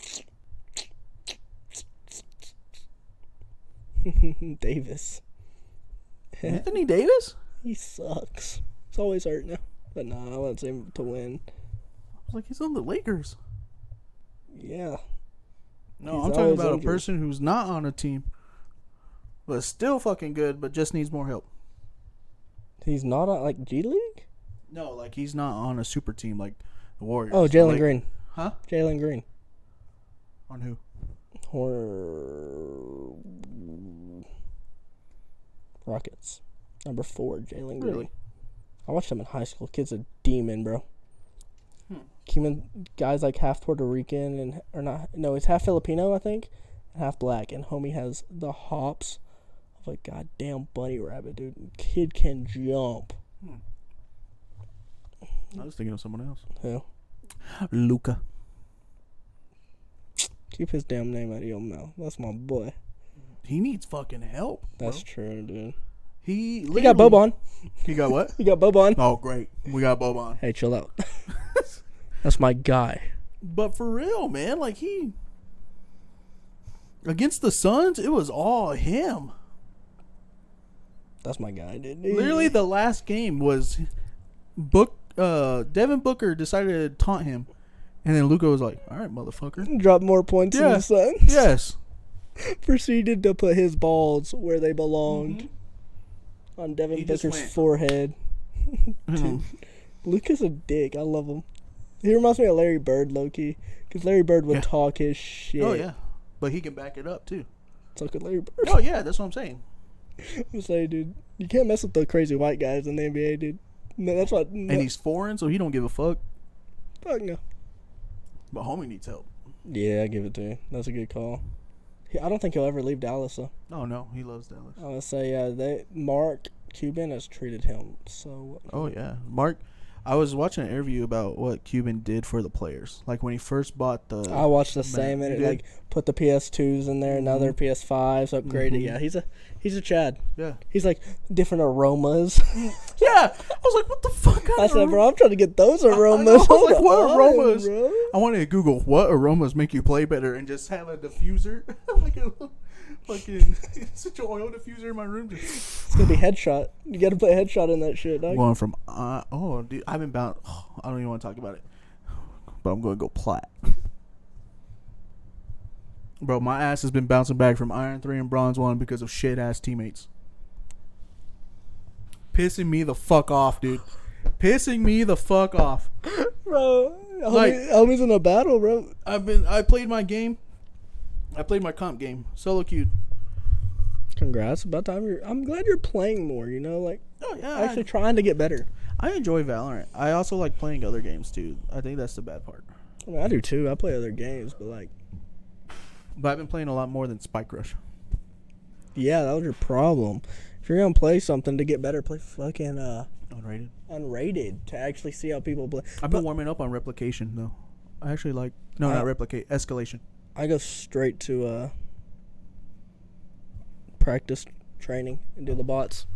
Speaker 1: Davis.
Speaker 2: Anthony Davis?
Speaker 1: He sucks. It's always hurt now. But nah, I want him to win.
Speaker 2: Like he's on the Lakers.
Speaker 1: Yeah.
Speaker 2: No,
Speaker 1: He's
Speaker 2: I'm talking
Speaker 1: always
Speaker 2: about
Speaker 1: injured.
Speaker 2: a person who's not on a team, but still fucking good, but just needs more help.
Speaker 1: He's not on like G League?
Speaker 2: No, like he's not on a super team like the Warriors.
Speaker 1: Oh, Jalen
Speaker 2: Like-
Speaker 1: Green.
Speaker 2: Huh?
Speaker 1: Jalen Green.
Speaker 2: On who?
Speaker 1: Or Rockets. Number four, Jalen Green.
Speaker 2: Really?
Speaker 1: I watched him in high school. Kid's a demon, bro. Cuban guys like half Puerto Rican and or not no, he's half Filipino, I think, and half black. And homie has the hops of a goddamn bunny rabbit, dude. Kid can jump.
Speaker 2: I was thinking of someone else.
Speaker 1: Yeah.
Speaker 2: Luca.
Speaker 1: Keep his damn name out of your mouth. That's my boy.
Speaker 2: He needs fucking help. bro.
Speaker 1: That's true, dude.
Speaker 2: he.
Speaker 1: We got Bobon.
Speaker 2: literally- He got what?
Speaker 1: We got Bobon.
Speaker 2: Oh, great. We got Bobon.
Speaker 1: Hey, chill out. That's my guy.
Speaker 2: But for real, man, like he against the Suns, it was all him.
Speaker 1: That's my guy, dude.
Speaker 2: Literally, the last game was Book. Uh, Devin Booker decided to taunt him, and then Luca was like, "All right, motherfucker."
Speaker 1: drop more points than
Speaker 2: Yeah.
Speaker 1: the Suns.
Speaker 2: Yes.
Speaker 1: Proceeded to put his balls where they belonged on Devin
Speaker 2: Mm-hmm. He just
Speaker 1: Booker's
Speaker 2: went.
Speaker 1: forehead.
Speaker 2: Mhm.
Speaker 1: Luca's a dick. I love him. He reminds me of Larry Bird, Loki, because Larry Bird would
Speaker 2: Yeah.
Speaker 1: talk his shit.
Speaker 2: Oh yeah, but he can back it up too.
Speaker 1: So could Larry Bird.
Speaker 2: Oh yeah, that's what I'm saying.
Speaker 1: I'm saying, dude, you can't mess with the crazy white guys in the NBA, dude. No, that's what. No,
Speaker 2: And he's foreign, so he don't give a fuck.
Speaker 1: fuck no.
Speaker 2: But homie needs help.
Speaker 1: Yeah, I give it to you. That's a good call. He- I don't think he'll ever leave Dallas, though.
Speaker 2: No, Oh, no, he loves Dallas.
Speaker 1: I would say, yeah, they Mark Cuban has treated him so.
Speaker 2: Oh yeah, Mark. I was watching an interview about what Cuban did for the players, like when he first bought the.
Speaker 1: I watched the
Speaker 2: Man,
Speaker 1: same, and
Speaker 2: you
Speaker 1: it
Speaker 2: did? Mm-hmm.
Speaker 1: like put the PS2s in there, now they're PS5s upgraded.
Speaker 2: Mhm.
Speaker 1: Yeah, he's a he's a Chad.
Speaker 2: yeah,
Speaker 1: He's like different aromas.
Speaker 2: yeah. I was like, what the fuck?
Speaker 1: I said, bro, I'm trying to get those
Speaker 2: know,
Speaker 1: aromas.
Speaker 2: I was
Speaker 1: Hold
Speaker 2: like, what
Speaker 1: on,
Speaker 2: aromas?
Speaker 1: bro.
Speaker 2: I wanted to Google what aromas make you play better and just have a diffuser, like a little fucking such an oil diffuser in my room. Just
Speaker 1: It's gonna be headshot. You gotta put headshot in that shit, dog.
Speaker 2: one from uh, oh, dude, I've been bound. I don't even want to talk about it, but I'm going to go plat. Bro, my ass has been bouncing back from Iron Three and Bronze One because of shit ass teammates. Pissing me the fuck off, dude. Pissing me the fuck off.
Speaker 1: Bro, homie,
Speaker 2: Like-
Speaker 1: homie's in a battle, bro.
Speaker 2: I've been. I played my game. I played my comp game. Solo queued.
Speaker 1: Congrats. About time you're. I'm glad you're playing more. You know, like
Speaker 2: Oh yeah, I-
Speaker 1: actually trying to get better.
Speaker 2: I enjoy Valorant. I also like playing other games too. I think that's the bad part.
Speaker 1: I, mean, I do too. I play other games, but like,
Speaker 2: But I've been playing a lot more than Spike Rush.
Speaker 1: yeah, that was your problem. If you're gonna play something to get better, play fucking uh
Speaker 2: Unrated.
Speaker 1: unrated to actually see how people play.
Speaker 2: I've been warming up on Replication though. I actually like no,
Speaker 1: I-
Speaker 2: not Replicate Escalation.
Speaker 1: I go straight to uh practice training and do the bots.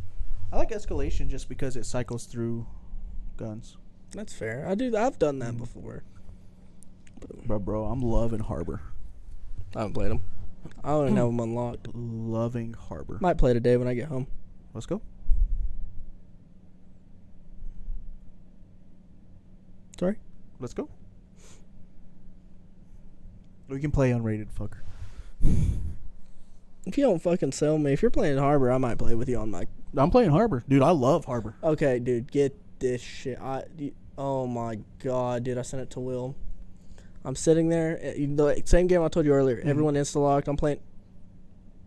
Speaker 2: I like Escalation just because it cycles through guns.
Speaker 1: That's fair. I do. I've done that before.
Speaker 2: Bro, bro, I'm loving Harbor.
Speaker 1: I haven't played them. I don't even have them unlocked.
Speaker 2: Loving Harbor.
Speaker 1: Might play today when I get home.
Speaker 2: Let's go.
Speaker 1: Sorry.
Speaker 2: Let's go. We can play unrated, fucker.
Speaker 1: If you don't fucking sell me, if you're playing Harbor, I might play with you on my.
Speaker 2: I'm playing Harbor, dude. I love Harbor.
Speaker 1: Okay, dude, get this shit. I. y- Oh my god, dude, I sent it to Will. I'm sitting there. eh, you know, like, same game I told you earlier.
Speaker 2: Mm-hmm.
Speaker 1: Everyone insta locked. I'm playing.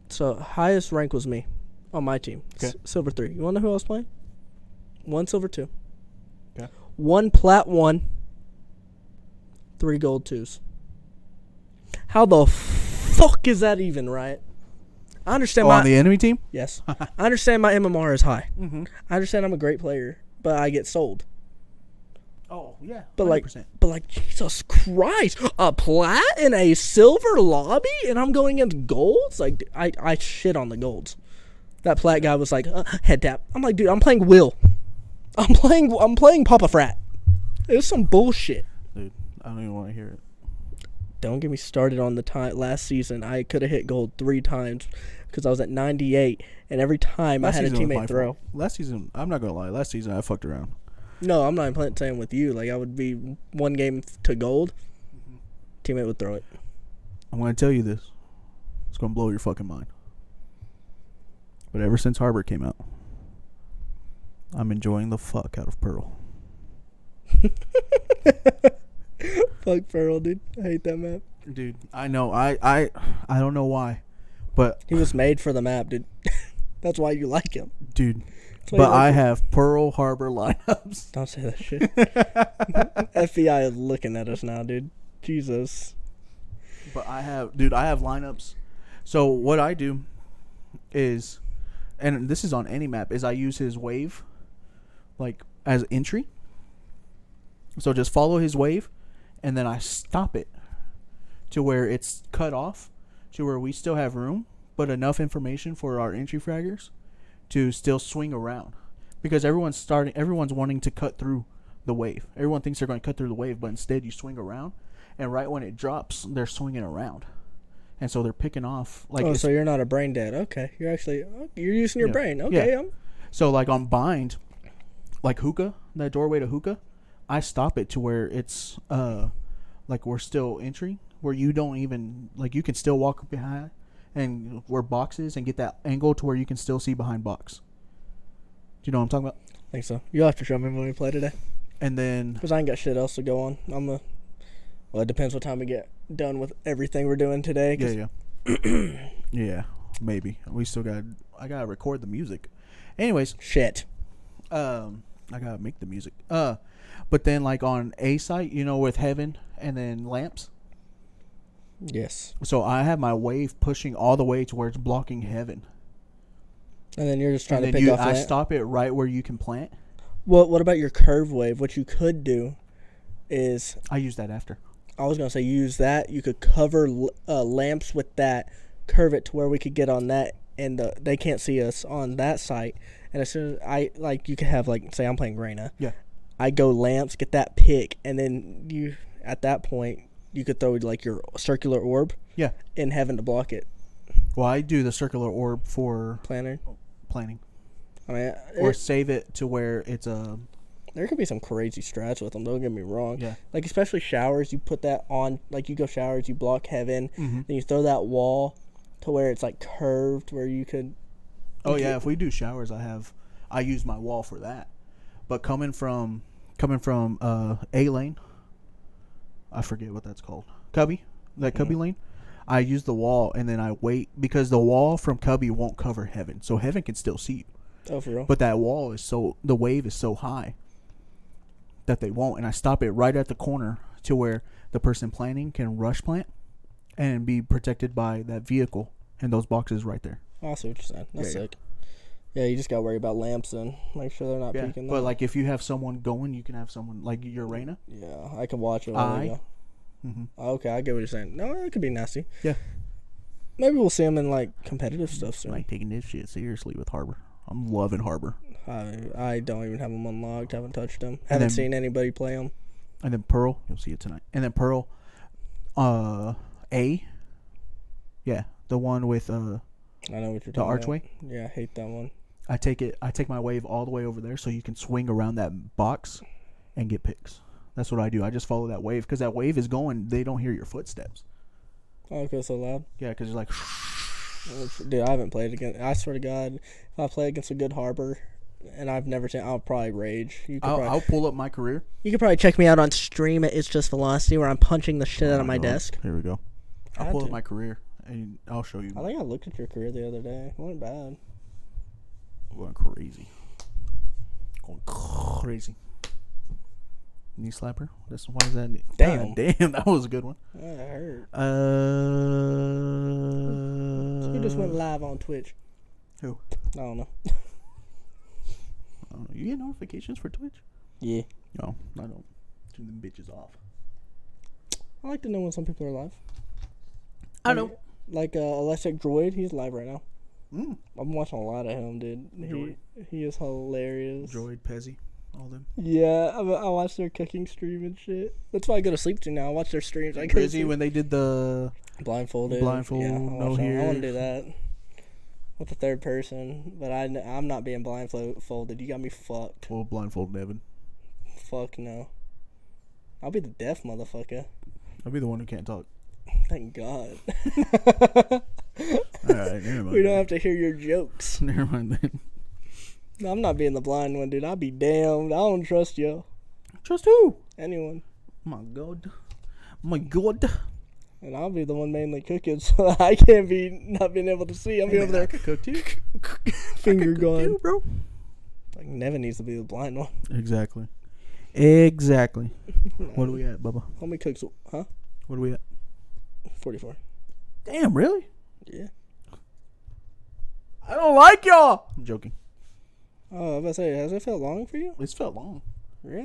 Speaker 1: So highest rank was me, on my team. S-
Speaker 2: Okay.
Speaker 1: silver three. You wanna know who I was playing? One silver two.
Speaker 2: Okay.
Speaker 1: One plat one. Three gold twos. How the fuck is that even right? I understand
Speaker 2: Oh,
Speaker 1: my
Speaker 2: on the enemy team?
Speaker 1: Yes. I understand my MMR is high.
Speaker 2: Mm-hmm.
Speaker 1: I understand I'm a great player, but I get sold.
Speaker 2: Oh yeah.
Speaker 1: But like
Speaker 2: 100%.
Speaker 1: but like Jesus Christ, a plat in a silver lobby and I'm going against golds? Like I I shit on the golds. That plat guy was like, uh, head tap. I'm like, dude, I'm playing Will. I'm playing I'm playing Papa Frat. It was some bullshit.
Speaker 2: Dude, I don't even want to hear it.
Speaker 1: Don't get me started on the time last season. I could have hit gold three times because I was at 98, and every time I had a
Speaker 2: season was my
Speaker 1: teammate throw.
Speaker 2: fault. Last season, I'm not gonna lie. Last season, I fucked around.
Speaker 1: No, I'm not even playing playing with you. Like I would be one game to gold,
Speaker 2: Mm-hmm.
Speaker 1: teammate would throw it.
Speaker 2: I'm gonna tell you this. It's gonna blow your fucking mind. But ever since Harbor came out, I'm enjoying the fuck out of Pearl.
Speaker 1: Fuck Feral, dude. I hate that map.
Speaker 2: Dude, I know. I I I don't know why, but
Speaker 1: He was made for the map, dude. That's why you like him.
Speaker 2: dude,
Speaker 1: That's why you
Speaker 2: but
Speaker 1: like
Speaker 2: I
Speaker 1: it.
Speaker 2: have Pearl Harbor lineups.
Speaker 1: Don't say that shit. FBI is looking at us now, dude. Jesus.
Speaker 2: But I have, dude, I have lineups. So what I do is, and this is on any map, is I use his wave, like as entry. So just follow his wave, and then I stop it to where it's cut off, to where we still have room, but enough information for our entry fraggers to still swing around, because everyone's starting, everyone's wanting to cut through the wave. Everyone thinks they're going to cut through the wave, but instead you swing around, and right when it drops, they're swinging around, and so they're picking off like
Speaker 1: oh,
Speaker 2: it's-
Speaker 1: so you're not a brain dead. Okay. You're actually, oh, you're using your
Speaker 2: Yeah.
Speaker 1: brain. Okay.
Speaker 2: Yeah.
Speaker 1: I'm,
Speaker 2: So like on bind, like hookah, that doorway to hookah, I stop it to where it's uh like we're still entry where you don't even like you can still walk behind and where boxes and get that angle to where you can still see behind box. Do you know what I'm talking about?
Speaker 1: I think so. You'll have to show me when we play today.
Speaker 2: And then
Speaker 1: Because I ain't got shit else to go on. I'm a. Well, it depends what time we get done with everything we're doing today.
Speaker 2: yeah,
Speaker 1: 'cause-
Speaker 2: yeah. yeah, maybe. We still got I got to record the music. Anyways,
Speaker 1: Shit.
Speaker 2: um i gotta make the music uh but then like on a site you know with heaven and then lamps
Speaker 1: Yes.
Speaker 2: so i have my wave pushing all the way to where it's blocking heaven
Speaker 1: And then you're just trying
Speaker 2: and
Speaker 1: to
Speaker 2: then
Speaker 1: pick
Speaker 2: you
Speaker 1: off
Speaker 2: i
Speaker 1: that.
Speaker 2: stop it right where you can plant
Speaker 1: Well, what about your curve wave? What you could do is
Speaker 2: i use that after
Speaker 1: I was gonna say use that. You could cover l- uh, lamps with that, curve it to where we could get on that, and the, they can't see us on that site. And as soon as I like, you could have like say I'm playing Reyna.
Speaker 2: yeah
Speaker 1: I go lamps, get that pick, and then you at that point you could throw like your circular orb
Speaker 2: yeah
Speaker 1: in heaven to block it.
Speaker 2: well i do the circular orb for
Speaker 1: Planner.
Speaker 2: planning
Speaker 1: I mean,
Speaker 2: or
Speaker 1: it,
Speaker 2: save it to where it's um, a
Speaker 1: there could be some crazy strats with them. Don't get me wrong.
Speaker 2: Yeah.
Speaker 1: Like especially showers, you put that on. Like you go showers, you block heaven,
Speaker 2: Mm-hmm.
Speaker 1: then you throw that wall to where it's like curved, where you could
Speaker 2: oh yeah if we do showers i have i use my wall for that but coming from coming from uh a lane i forget what that's called cubby that cubby lane i use the wall and then i wait because the wall from cubby won't cover heaven so heaven can still see you
Speaker 1: Oh, for real?
Speaker 2: but that wall is so the wave is so high that they won't and i stop it right at the corner to where the person planting can rush plant and be protected by that vehicle and those boxes right there
Speaker 1: also, what you're saying. That's
Speaker 2: Yeah, yeah.
Speaker 1: sick. Yeah, you just gotta worry about lamps and make sure they're not
Speaker 2: Yeah,
Speaker 1: peeking.
Speaker 2: but
Speaker 1: them.
Speaker 2: like if you have someone going, you can have someone like Urena.
Speaker 1: yeah, I can watch it.
Speaker 2: I- Mm-hmm.
Speaker 1: I. Okay, I get what you're saying. No, it could be nasty.
Speaker 2: Yeah,
Speaker 1: Maybe we'll see them in like competitive stuff soon.
Speaker 2: like taking this shit seriously with Harbor. I'm loving Harbor,
Speaker 1: I, I don't even have them unlocked. Haven't touched them. Haven't
Speaker 2: then-
Speaker 1: seen anybody play them.
Speaker 2: and then Pearl. You'll see it tonight, and then Pearl, uh, A. Yeah, the one with uh,
Speaker 1: I know what you're talking
Speaker 2: the
Speaker 1: about.
Speaker 2: archway.
Speaker 1: Yeah, I hate that one.
Speaker 2: I take it. I take my wave all the way over there, so you can swing around that box, and get picks. That's what I do. I just follow that wave because that wave is going. They don't hear your footsteps.
Speaker 1: Oh, it goes so loud.
Speaker 2: Yeah, because it's like
Speaker 1: It's- Dude, I haven't played against. I swear to God, if I play against a good harbor, and I've never seen, I'll probably rage. You could
Speaker 2: I'll,
Speaker 1: probably,
Speaker 2: I'll pull up my career.
Speaker 1: you could probably check me out on stream at It's Just Velocity, where I'm punching the shit out of my
Speaker 2: God.
Speaker 1: desk.
Speaker 2: Here we go.
Speaker 1: I
Speaker 2: I'll
Speaker 1: had
Speaker 2: pull up
Speaker 1: to.
Speaker 2: my career and I'll show you.
Speaker 1: I think I looked at your career the other day. It wasn't bad.
Speaker 2: Going crazy. Going crazy. Knee slapper. That's why is that?
Speaker 1: Damn.
Speaker 2: God damn, that was a good one.
Speaker 1: That hurt.
Speaker 2: Uh.
Speaker 1: Who just went live on Twitch?
Speaker 2: Who?
Speaker 1: I don't know.
Speaker 2: I don't know. You get notifications for Twitch?
Speaker 1: Yeah.
Speaker 2: No, I don't. Turn them bitches off.
Speaker 1: I like to know when some people are live.
Speaker 2: I don't.
Speaker 1: Like uh, Electric Droid, he's live right now.
Speaker 2: Mm.
Speaker 1: I'm watching a lot of him, dude.
Speaker 2: Droid.
Speaker 1: He, he is hilarious.
Speaker 2: Droid, Pezzy, all them.
Speaker 1: Yeah, I, I watch their cooking stream and shit. That's why I go to sleep to now. I watch their streams. I
Speaker 2: Like
Speaker 1: go to
Speaker 2: crazy
Speaker 1: sleep-
Speaker 2: when they did the.
Speaker 1: blindfolded.
Speaker 2: Blindfold,
Speaker 1: I
Speaker 2: no
Speaker 1: watch that. I want to
Speaker 2: hears.
Speaker 1: do that with the third person, but I, am not being blindfolded. You got me fucked.
Speaker 2: Well, blindfold Nevin.
Speaker 1: Fuck no. I'll be the deaf motherfucker.
Speaker 2: I'll be the one who can't talk.
Speaker 1: Thank God.
Speaker 2: All right, never mind.
Speaker 1: we don't have to hear your jokes.
Speaker 2: Never mind then.
Speaker 1: I'm not being the blind one, dude. I'll be damned. I don't trust you.
Speaker 2: Trust who?
Speaker 1: Anyone.
Speaker 2: My God. My God.
Speaker 1: And I'll be the one mainly cooking, so I can't be not being able to see. I'll be over there
Speaker 2: cook too.
Speaker 1: finger
Speaker 2: Cook too,
Speaker 1: gone.
Speaker 2: bro.
Speaker 1: Like Nevin needs to be the blind one.
Speaker 2: Exactly. Exactly. What are we at, Bubba?
Speaker 1: Homie cooks, huh?
Speaker 2: What are we at?
Speaker 1: Forty-four.
Speaker 2: Damn, really?
Speaker 1: Yeah.
Speaker 2: I don't like y'all. I'm joking.
Speaker 1: Oh, I was about to say, has it felt long for you?
Speaker 2: It's felt long.
Speaker 1: Really?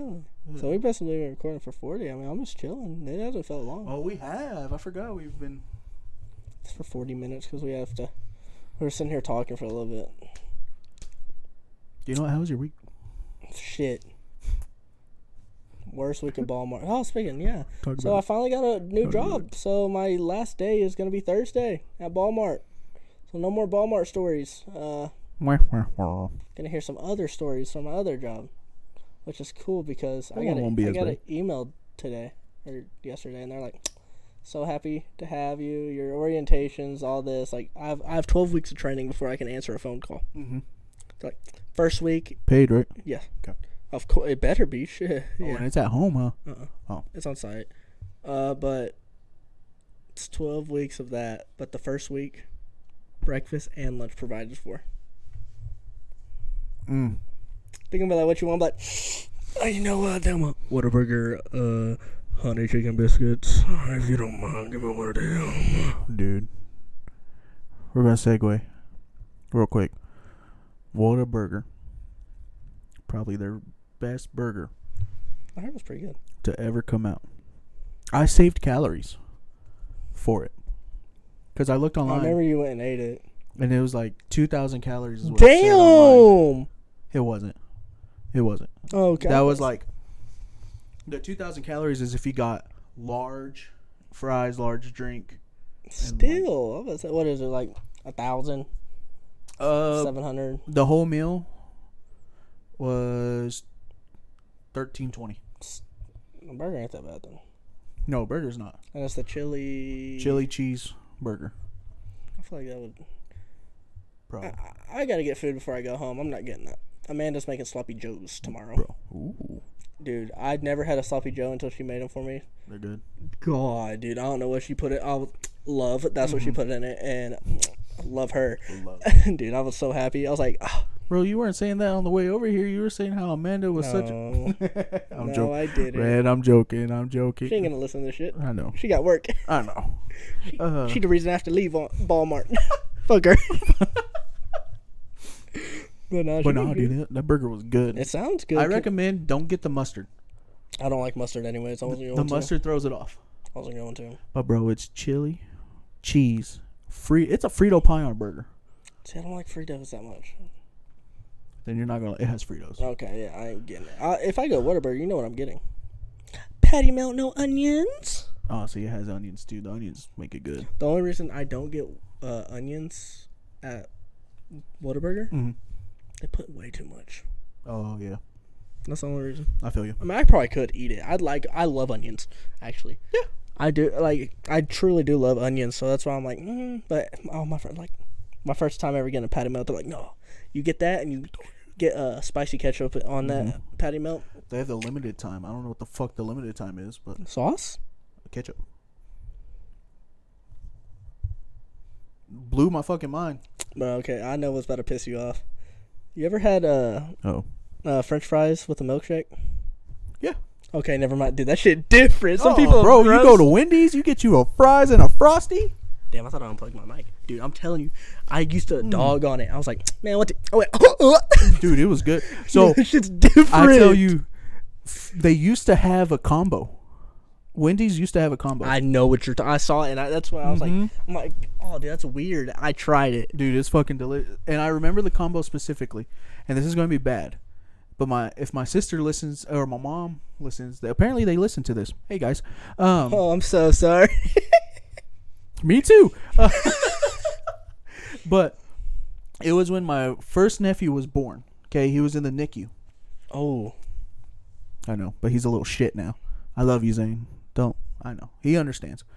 Speaker 2: Mm-hmm.
Speaker 1: So we basically been recording for forty. I mean, I'm just chilling. It hasn't felt long.
Speaker 2: Oh, we have. I forgot we've been.
Speaker 1: It's for forty minutes because we have to. We're sitting here talking for a little bit.
Speaker 2: You know what? How was your week?
Speaker 1: Shit. Worst week at Walmart. Oh, speaking, yeah.
Speaker 2: Talk
Speaker 1: So I
Speaker 2: it.
Speaker 1: finally got a new
Speaker 2: Talk about
Speaker 1: job. So my last day is gonna be Thursday at Walmart. So no more Walmart stories. Uh,
Speaker 2: Wah, wah, wah.
Speaker 1: gonna hear some other stories from my other job, which is cool because I
Speaker 2: That
Speaker 1: got
Speaker 2: one
Speaker 1: a,
Speaker 2: won't be
Speaker 1: I
Speaker 2: as
Speaker 1: got an
Speaker 2: bad.
Speaker 1: email today or yesterday, and they're like, "So happy to have you. Your orientations, all this. Like, I've I have twelve weeks of training before I can answer a phone call.
Speaker 2: Mhm.
Speaker 1: It's like first week,
Speaker 2: Paid, right?
Speaker 1: yeah.
Speaker 2: Okay.
Speaker 1: Of course, it better be shit.
Speaker 2: Oh,
Speaker 1: Yeah.
Speaker 2: and it's at home, huh?
Speaker 1: It's on site. Uh, but it's 12 weeks of that. But the first week, breakfast and lunch provided for.
Speaker 2: Mm.
Speaker 1: Thinking about that, what you want, but oh, you know what? Then what? Whataburger, uh, honey chicken biscuits. If you don't mind, give me one of them.
Speaker 2: Dude. We're going to segue real quick. Whataburger. Probably their best burger
Speaker 1: I heard it was pretty good.
Speaker 2: to ever come out. I saved calories for it. Because I looked
Speaker 1: I
Speaker 2: online
Speaker 1: remember you went and ate it.
Speaker 2: and it was like 2,000 calories. Is what it said
Speaker 1: Damn.
Speaker 2: online.
Speaker 1: Oh,
Speaker 2: It wasn't. It wasn't.
Speaker 1: okay.
Speaker 2: That was like the 2,000 calories is if you got large fries, large drink.
Speaker 1: still. I was gonna say, what is it like? A thousand,
Speaker 2: Uh,
Speaker 1: seven hundred.
Speaker 2: the whole meal was 13.20.
Speaker 1: The burger ain't that bad then.
Speaker 2: No, burger's not.
Speaker 1: And it's the chili.
Speaker 2: Chili cheese burger.
Speaker 1: I feel like that would
Speaker 2: Bro.
Speaker 1: I- I gotta get food before I go home. I'm not getting that. Amanda's making sloppy joes tomorrow,
Speaker 2: Bro. Ooh.
Speaker 1: dude. I'd never had a sloppy joe until she made them for me.
Speaker 2: They're good.
Speaker 1: God, dude, I don't know what she put it. I was- love. That's what she put in it, and I love her,
Speaker 2: Mm-hmm. Love.
Speaker 1: dude. I was so happy. I was like, ah,
Speaker 2: Bro, you weren't saying that on the way over here. You were saying how Amanda was such a.
Speaker 1: no,
Speaker 2: I'm
Speaker 1: no,
Speaker 2: joking.
Speaker 1: I did it.
Speaker 2: Man, I'm joking. I'm joking.
Speaker 1: She ain't gonna listen to this shit.
Speaker 2: I know.
Speaker 1: She got work.
Speaker 2: I know. Uh,
Speaker 1: She the reason I have to leave on Walmart. Fuck her. but no, she
Speaker 2: but
Speaker 1: did
Speaker 2: no,
Speaker 1: good.
Speaker 2: dude, that, that burger was good.
Speaker 1: It sounds good.
Speaker 2: I recommend don't get the mustard.
Speaker 1: I don't like mustard anyways. I wasn't going
Speaker 2: The
Speaker 1: to.
Speaker 2: mustard throws it off.
Speaker 1: I wasn't going to.
Speaker 2: But bro, it's chili, cheese, free. It's a Frito pie on a burger.
Speaker 1: See, I don't like Fritos that much.
Speaker 2: Then you're not gonna. It has Fritos.
Speaker 1: Okay, yeah, I ain't getting it. I, if I go Whataburger, you know what I'm getting. Patty melt, no onions.
Speaker 2: Oh, see, it has onions too. The onions make it good.
Speaker 1: The only reason I don't get uh, onions at Whataburger,
Speaker 2: Mhm.
Speaker 1: they put way too much.
Speaker 2: Oh yeah,
Speaker 1: That's the only reason.
Speaker 2: I feel you.
Speaker 1: I mean, I probably could eat it. I'd like. I love onions, actually.
Speaker 2: Yeah.
Speaker 1: I do like. I truly do love onions, so that's why I'm like. Mm, but oh my friend, like, my first time ever getting a patty melt, they're like, no, you get that and you get uh, spicy ketchup on that patty melt
Speaker 2: They have the limited time. I don't know what the fuck the limited time is, but
Speaker 1: sauce.
Speaker 2: ketchup blew my fucking mind.
Speaker 1: But okay, I know what's about to piss you off. You ever had uh,
Speaker 2: Oh
Speaker 1: uh French fries with a milkshake?
Speaker 2: yeah.
Speaker 1: Okay, never mind, dude. That shit different. Some
Speaker 2: Oh,
Speaker 1: people,
Speaker 2: bro, you go
Speaker 1: gross.
Speaker 2: to Wendy's, you get you a fries and a frosty.
Speaker 1: Damn, I thought I unplugged my mic, dude. I'm telling you, I used
Speaker 2: Hmm.
Speaker 1: to dog on it. I was like, man, what? The- oh wait,
Speaker 2: Dude, it was good. So
Speaker 1: This shit's different.
Speaker 2: I tell you, f- they used to have a combo. Wendy's used to have a combo.
Speaker 1: I know what you're. T- I saw it, and I, that's why I was like,
Speaker 2: Mm-hmm.
Speaker 1: I'm like, oh, dude, that's weird. I tried it.
Speaker 2: Dude, it's fucking delicious. And I remember the combo specifically. And this is going to be bad. But my if my sister listens or my mom listens, they, apparently they listen to this. Hey guys, um,
Speaker 1: Oh, I'm so sorry.
Speaker 2: me too. Uh, but it was when my first nephew was born. Okay, he was in the NICU.
Speaker 1: oh,
Speaker 2: I know, but he's a little shit now. I love you, Zane. Don't I know? He understands.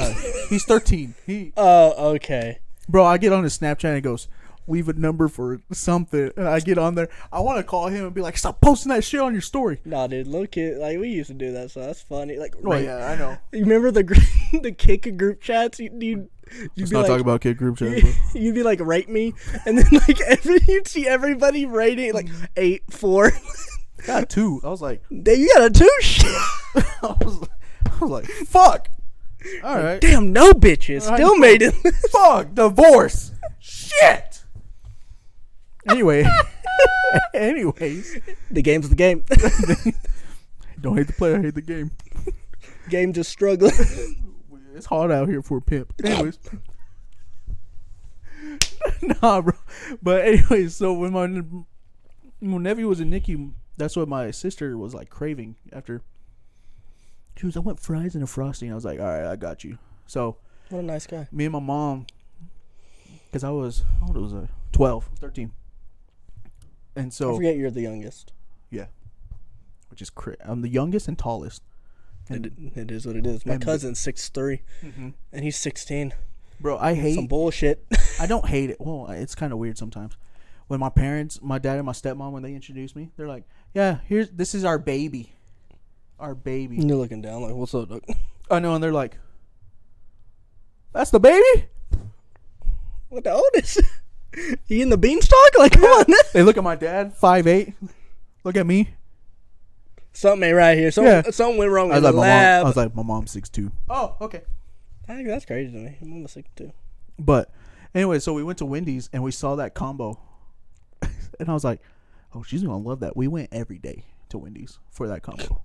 Speaker 2: Uh, he's thirteen. He
Speaker 1: oh, okay.
Speaker 2: Bro, I get on his Snapchat and it goes, Leave a number for something. And I get on there. I want to call him and be like, Stop posting that shit on your story.
Speaker 1: Nah, dude, look at like we used to do that, so that's funny. Like,
Speaker 2: Oh, I know.
Speaker 1: You remember the gr- the kick group chats? You, you
Speaker 2: Let's
Speaker 1: You'd be
Speaker 2: not talk
Speaker 1: like,
Speaker 2: about kid group chat. bro.
Speaker 1: you'd be like, rate me, and then like every you'd see everybody rating like eight, four.
Speaker 2: Got two. I was like,
Speaker 1: Damn, you got a two. Shit.
Speaker 2: I was, I was like, fuck. All right.
Speaker 1: Damn, no bitches.
Speaker 2: Right.
Speaker 1: Still made it.
Speaker 2: Fuck divorce. Shit. Anyway. Anyways,
Speaker 1: the game's the game.
Speaker 2: don't hate the player, hate the game.
Speaker 1: game just struggling.
Speaker 2: It's hard out here for a pimp. Anyways. nah, bro. But anyways, so when my when nephew was in NICU, that's what my sister was like craving after. She was, I want fries and a frosty, and I was like, all right, I got you. So
Speaker 1: what a nice guy.
Speaker 2: me and my mom, because I was, how old was I? 12, 13. And
Speaker 1: I
Speaker 2: so,
Speaker 1: forget you're the youngest.
Speaker 2: yeah, which is cra I'm the youngest and tallest.
Speaker 1: It, it is what it is. My
Speaker 2: and-
Speaker 1: cousin's six three, and he's sixteen.
Speaker 2: Bro, I hate
Speaker 1: Some bullshit.
Speaker 2: I don't hate it. Well, it's kind of weird sometimes. When my parents, my dad and my stepmom, when they introduced me, they're like, "Yeah, here's this is our baby, our baby."
Speaker 1: And you're looking down like, what's up, duck?
Speaker 2: I know, and they're like, "That's the baby."
Speaker 1: What the oldest? he in the beanstalk? Like, come on.
Speaker 2: They look at my dad, five eight. Look at me.
Speaker 1: Something ain't right here. Something,
Speaker 2: Yeah.
Speaker 1: something went wrong
Speaker 2: I was
Speaker 1: in
Speaker 2: like,
Speaker 1: the
Speaker 2: my mom. I
Speaker 1: lab. I,
Speaker 2: was like, my mom's six two. Oh, okay.
Speaker 1: think that's crazy to me. I'm almost sick too.
Speaker 2: But anyway, so we went to Wendy's and we saw that combo, and I was like, "Oh, she's gonna love that." We went every day to Wendy's for that combo.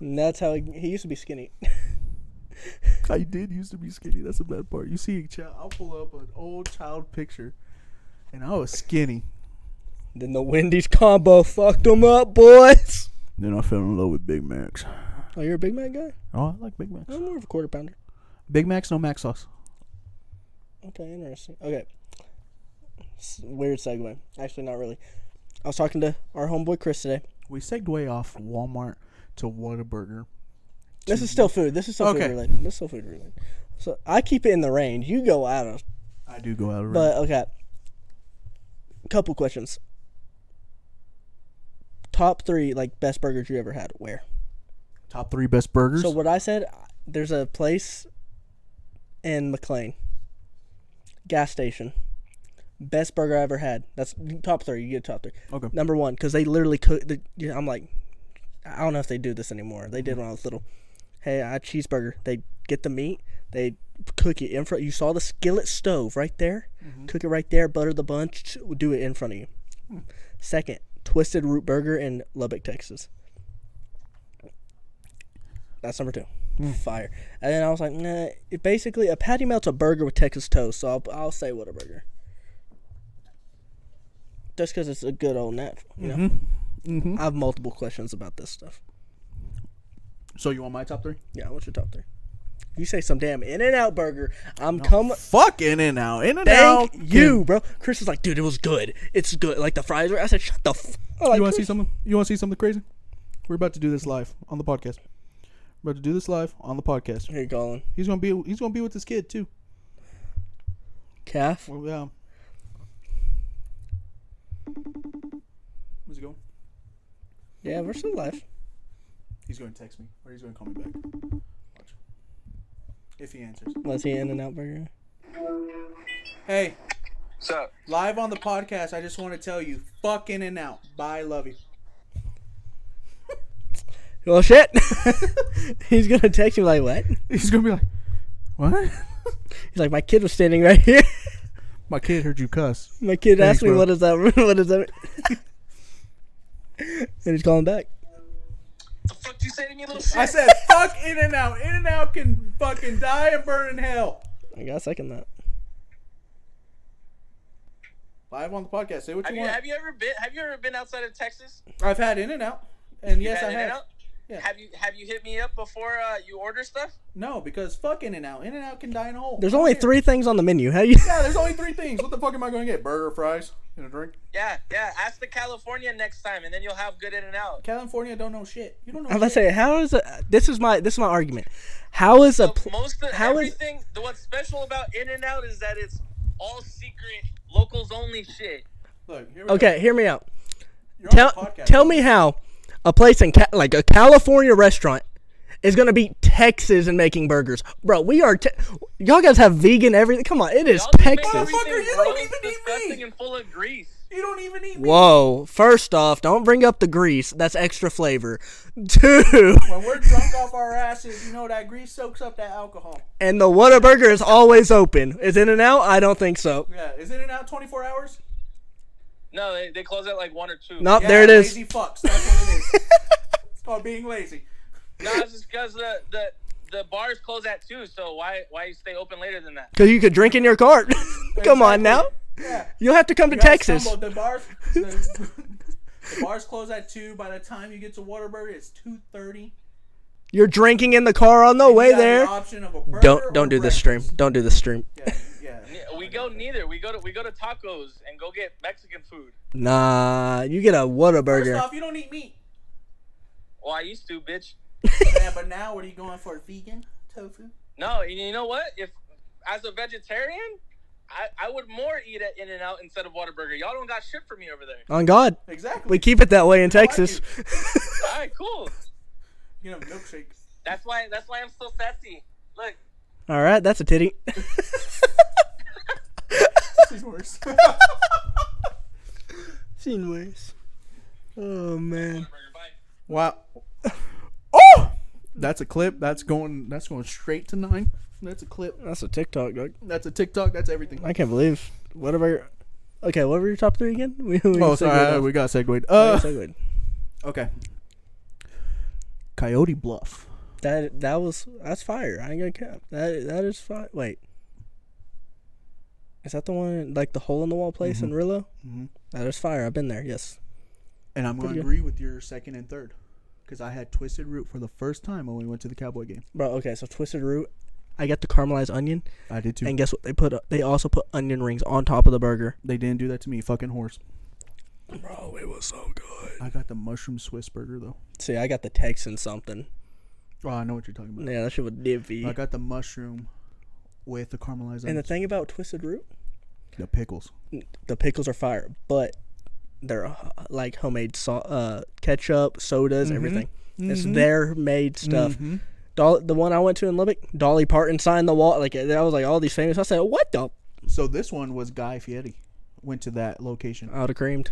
Speaker 1: And that's how he, he used to be skinny.
Speaker 2: I did used to be skinny. That's the bad part. You see, a child, I'll pull up an old child picture, and I was skinny.
Speaker 1: then the Wendy's combo fucked him up, boys.
Speaker 2: Then I fell in love with Big Macs.
Speaker 1: Oh, you're a Big Mac guy?
Speaker 2: Oh, I like Big Macs.
Speaker 1: I'm more of a quarter pounder.
Speaker 2: Big Macs, no Mac sauce.
Speaker 1: Okay, interesting. Okay. S- Weird segue. Actually, not really. I was talking to our homeboy Chris today.
Speaker 2: We segued way off Walmart to Whataburger.
Speaker 1: This is still food. This is still
Speaker 2: Okay.
Speaker 1: food related. This is still food related. So I keep it in the range. You go out of
Speaker 2: I do go out of
Speaker 1: But okay. Couple questions. Top three like best burgers you ever had. Where?
Speaker 2: Top three best burgers.
Speaker 1: So what I said, there's a place in McLean, gas station, best burger I ever had. That's top three. You get top three.
Speaker 2: okay.
Speaker 1: Number one, because they literally cook. The, you know, I'm like, I don't know if they do this anymore. They did when I was little. Hey, I had cheeseburger. They get the meat. They cook it in front. You saw the skillet stove right there.
Speaker 2: Mm-hmm.
Speaker 1: Cook it right there. Butter the bun. ch- ch- Do it in front of you.
Speaker 2: Hmm.
Speaker 1: Second, twisted root burger in Lubbock, Texas. That's number two. Fire. And then I was like, nah. It basically, a patty melt's a burger with Texas toast. So I'll, I'll say what a burger. Just because it's a good old natural. You know.
Speaker 2: Mm-hmm.
Speaker 1: I have multiple questions about this stuff.
Speaker 2: So you want my top three?
Speaker 1: Yeah, what's your top three? If you say some damn In and Out burger, I'm coming.
Speaker 2: Fuck In and Out. In and
Speaker 1: Thank
Speaker 2: Out.
Speaker 1: you, bro. Chris was like, dude, it was good. It's good. Like the fries were. I said, shut the. F-. I like,
Speaker 2: you want to see
Speaker 1: Chris,
Speaker 2: something? You want to see something crazy? We're about to do this live on the podcast. We're about to do this live on the podcast.
Speaker 1: Here you going,
Speaker 2: He's gonna be. He's gonna be with this kid too.
Speaker 1: calf?
Speaker 2: Well, yeah. Where's he going?
Speaker 1: Yeah, we're still alive.
Speaker 2: He's going to text me, or he's going to call me back. Watch. If he answers.
Speaker 1: Let's see In and Out burger.
Speaker 2: Hey,
Speaker 3: What's up?
Speaker 2: live on the podcast. I just want to tell you, fuck in and out. Bye, love you.
Speaker 1: Well, shit. He's gonna text you like what? He's
Speaker 2: He's gonna be like, what?
Speaker 1: like, my kid was standing right here.
Speaker 2: My kid heard you cuss.
Speaker 1: my kid
Speaker 2: Thanks,
Speaker 1: asked me,
Speaker 2: bro.
Speaker 1: what is that? what is that? and he's calling back.
Speaker 3: The fuck you say to me, little shit?
Speaker 2: I said, fuck in and out. In and out can fucking die and burn in hell.
Speaker 1: I gotta second that.
Speaker 2: Live on the podcast. Say what
Speaker 3: have
Speaker 2: you
Speaker 3: you,
Speaker 2: want.
Speaker 3: have you ever been? Have you ever been outside of Texas?
Speaker 2: I've had in and out, and yes,
Speaker 3: Had
Speaker 2: I
Speaker 3: In-N-Out?
Speaker 2: have. Yeah.
Speaker 3: Have you Have you hit me up before uh, you order stuff?
Speaker 2: No, because fuck in and out. In and out can die in a hole.
Speaker 1: There's
Speaker 2: I don't
Speaker 1: only
Speaker 2: care.
Speaker 1: three things on the menu. How you?
Speaker 2: Yeah, there's only three things. What the fuck am I going to get? Burger, fries, and a drink.
Speaker 3: Yeah, yeah. Ask the California next time, and then you'll have good In and Out.
Speaker 2: California don't know shit. You don't know.
Speaker 1: I'm about to say, how is a, this is my this is my argument. How is a pl-
Speaker 3: Most of
Speaker 1: how is
Speaker 3: everything. the, what's special about In and Out is that it's all secret, locals only shit.
Speaker 2: Look, here we
Speaker 1: okay? Hear me out.
Speaker 2: Go. You're
Speaker 1: Tell
Speaker 2: on the podcast.
Speaker 1: tell me how a place in ca- like a California restaurant is going to beat Texas in making burgers. Bro, we are. Te- y'all guys have vegan everything. Come on, it is
Speaker 3: Y'all just make
Speaker 1: Texas.
Speaker 3: everything
Speaker 2: Motherfucker, you don't
Speaker 3: gross,
Speaker 2: even eat
Speaker 3: disgusting
Speaker 2: meat.
Speaker 3: and full of grease.
Speaker 2: You don't even eat meat.
Speaker 1: Whoa. First off, don't bring up the grease. That's extra flavor. Two.
Speaker 2: When we're drunk off our asses, you know that grease soaks up that alcohol.
Speaker 1: And the Whataburger is always open. Is In and Out? I don't think so.
Speaker 2: Yeah, is in and out 24 hours?
Speaker 3: No, they, they close at like one or two.
Speaker 1: Nope,
Speaker 2: Yeah,
Speaker 1: there it is.
Speaker 2: Lazy fucks. That's what it is. it's called being lazy.
Speaker 3: No, it's just because the, the the bars close at two. So why why you stay open later than that?
Speaker 1: Because you could drink in your cart. Come on
Speaker 2: Exactly.
Speaker 1: now.
Speaker 2: Yeah.
Speaker 1: You'll have to come to
Speaker 2: That's
Speaker 1: Texas.
Speaker 2: stumble. The bars, the, the bars close at two. By the time you get to Waterbury, it's two thirty.
Speaker 1: You're drinking in the car on the way there.
Speaker 2: option of a burger
Speaker 1: Don't
Speaker 2: or
Speaker 1: don't do this stream.
Speaker 2: breakfast.
Speaker 1: Don't do this stream.
Speaker 2: Yeah, yeah.
Speaker 3: Yeah, We go neither. We go to we go to tacos and go get Mexican food.
Speaker 1: Nah, you get a
Speaker 2: First
Speaker 1: Whataburger.
Speaker 2: off, you don't eat meat.
Speaker 3: Well, I used to, bitch.
Speaker 2: yeah, but now what are you going for? Vegan tofu?
Speaker 3: No, and you know what? If as a vegetarian, I, I would more eat at In and Out instead of Whataburger. Y'all don't got shit for me over there.
Speaker 1: On God.
Speaker 2: Exactly.
Speaker 1: We keep it that way in Texas.
Speaker 3: All right, cool.
Speaker 2: you know milkshake.
Speaker 3: That's why that's why I'm so sassy. Look,
Speaker 1: All right, that's a titty.
Speaker 2: This is worse.
Speaker 1: Seen worse. Oh man.
Speaker 2: wow. Oh, that's a clip. That's going. That's going straight to nine. That's a clip.
Speaker 1: That's a TikTok, dog.
Speaker 2: That's a TikTok. That's everything.
Speaker 1: I can't believe. What about? Okay, what were your top three again? We, we
Speaker 2: Oh,
Speaker 1: segued
Speaker 2: sorry.
Speaker 1: off.
Speaker 2: We got segued.
Speaker 1: We
Speaker 2: Uh,
Speaker 1: segued.
Speaker 2: okay. Coyote Bluff.
Speaker 1: That that was that's fire. I ain't gonna cap. That that is fire. Wait, is that the one like the hole in the wall place in Rillo?
Speaker 2: Mhm.
Speaker 1: That is fire. I've been there. Yes.
Speaker 2: And I'm going
Speaker 1: Pretty
Speaker 2: to
Speaker 1: good.
Speaker 2: agree with your second and third. Because I had Twisted Root for the first time when we went to the Cowboy game.
Speaker 1: Bro, okay, so twisted root. I got the caramelized onion,
Speaker 2: I did too.
Speaker 1: and guess what? They put they also put onion rings on top of the burger.
Speaker 2: they didn't do that to me. Fucking horse.
Speaker 1: Bro, it was so good.
Speaker 2: I got the mushroom Swiss burger, though.
Speaker 1: See, I got the Texan something.
Speaker 2: Oh, I know what you're talking about.
Speaker 1: Yeah, that shit was divvy.
Speaker 2: I got the mushroom with the
Speaker 1: and
Speaker 2: caramelized
Speaker 1: the
Speaker 2: onions.
Speaker 1: thing about twisted root,
Speaker 2: the pickles.
Speaker 1: the pickles are fire, but they're uh, like homemade so- uh, ketchup, sodas, everything. It's their made stuff. Doll- the one I went to in Lubbock, Dolly Parton signed the wall. Like uh, that was like all these famous. I said, "What the?"
Speaker 2: So this one was Guy Fieri. Went to that location.
Speaker 1: I would have creamed,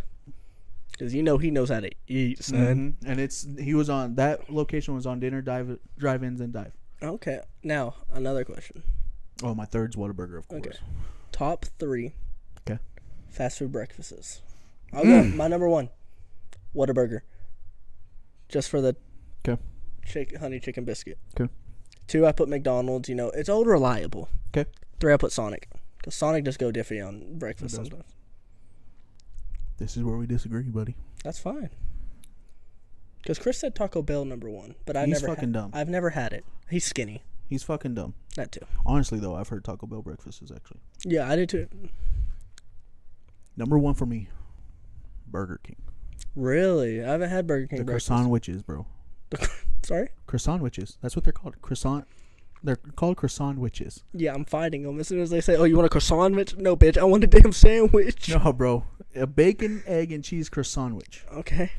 Speaker 1: because you know he knows how to eat, son.
Speaker 2: Mhm. And it's he was on that location was on dinner dive drive-ins and dive.
Speaker 1: Okay, now another question:
Speaker 2: Oh, my third's Whataburger, of course.
Speaker 1: Okay. Top three
Speaker 2: Okay.
Speaker 1: fast food breakfasts. I'll go my number one, Whataburger, just for the
Speaker 2: Okay.
Speaker 1: chick- honey chicken biscuit.
Speaker 2: Okay.
Speaker 1: Two, I put McDonald's. You know, it's old reliable.
Speaker 2: Okay.
Speaker 1: Three, I put Sonic. Because Sonic does go diffy on breakfast sometimes.
Speaker 2: This is where we disagree, buddy.
Speaker 1: That's fine. Because Chris said Taco Bell number one, but I
Speaker 2: He's
Speaker 1: never
Speaker 2: fucking
Speaker 1: had,
Speaker 2: dumb.
Speaker 1: I've never had it. He's skinny.
Speaker 2: He's fucking dumb.
Speaker 1: That too.
Speaker 2: Honestly, though, I've heard Taco Bell breakfast is actually
Speaker 1: Yeah, I did too.
Speaker 2: number one for me. Burger King.
Speaker 1: Really, I haven't had Burger King
Speaker 2: The
Speaker 1: breakfast.
Speaker 2: croissant witches, bro.
Speaker 1: Sorry.
Speaker 2: Croissant witches. That's what they're called. Croissant. They're called croissant witches.
Speaker 1: Yeah, I'm fighting them as soon as they say, "Oh, you want a croissant, bitch?" No, bitch, I want a damn sandwich.
Speaker 2: No, bro. A bacon, egg, and cheese croissant witch.
Speaker 1: Okay,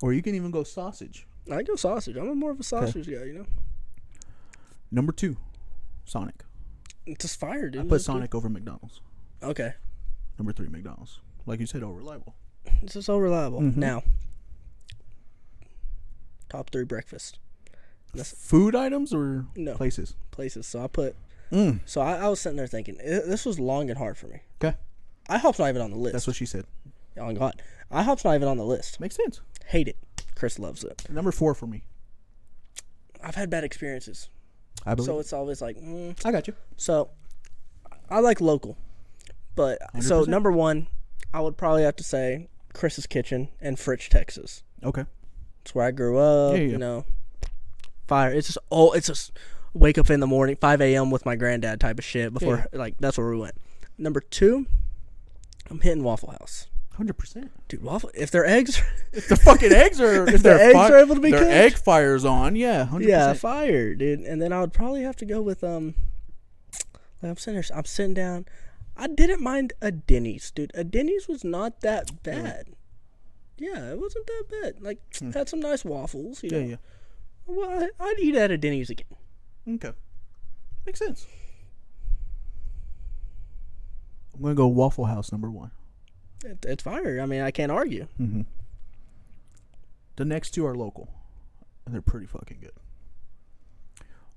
Speaker 2: Or you can even go sausage.
Speaker 1: I go sausage. I'm more of a sausage guy, you know.
Speaker 2: Number two, Sonic.
Speaker 1: It's just fire, dude.
Speaker 2: I put Sonic over McDonald's.
Speaker 1: Okay,
Speaker 2: Number three, McDonald's. Like you said, oh, reliable.
Speaker 1: this is so reliable.
Speaker 2: Mm-hmm.
Speaker 1: Now, top three breakfast
Speaker 2: Food items or
Speaker 1: No.
Speaker 2: places?
Speaker 1: places. So I put.
Speaker 2: Mm.
Speaker 1: So I, I was sitting there thinking, "Eh, this was long and hard for me.
Speaker 2: Okay.
Speaker 1: IHOP's not even on the list.
Speaker 2: That's what she said.
Speaker 1: Oh God, IHOP's not even on the list.
Speaker 2: Makes sense.
Speaker 1: Hate it. Chris loves it.
Speaker 2: Number four for me.
Speaker 1: I've had bad experiences,
Speaker 2: I believe.
Speaker 1: so it's always like, mm.
Speaker 2: I got you.
Speaker 1: so. I like local, but so
Speaker 2: 100%.
Speaker 1: number one, I would probably have to say Chris's Kitchen in Fritch, Texas.
Speaker 2: Okay.
Speaker 1: It's where I grew up.
Speaker 2: Yeah, yeah.
Speaker 1: You know, fire. It's just oh, it's just wake up in the morning, five a.m. with my granddad type of shit. Before like that's where we went. Number two, I'm hitting Waffle House,
Speaker 2: Hundred percent.
Speaker 1: dude. Waffle if their eggs,
Speaker 2: The fucking eggs are. If
Speaker 1: their
Speaker 2: they're
Speaker 1: eggs are able to be
Speaker 2: their
Speaker 1: cooked.
Speaker 2: egg fires on. Yeah. 100%.
Speaker 1: yeah, fire, dude. And then I would probably have to go with um. Like I'm sitting there, I'm sitting down. I didn't mind a Denny's, dude. A Denny's was not that bad. Yeah, it wasn't that bad. Like had some nice waffles. You
Speaker 2: Hmm. Yeah.
Speaker 1: know.
Speaker 2: Yeah.
Speaker 1: Well, I- I'd eat at a Denny's again.
Speaker 2: Okay. Makes sense. I'm going to go Waffle House number one.
Speaker 1: It, it's fire. I mean, I can't argue.
Speaker 2: The next two are local, and they're pretty fucking good.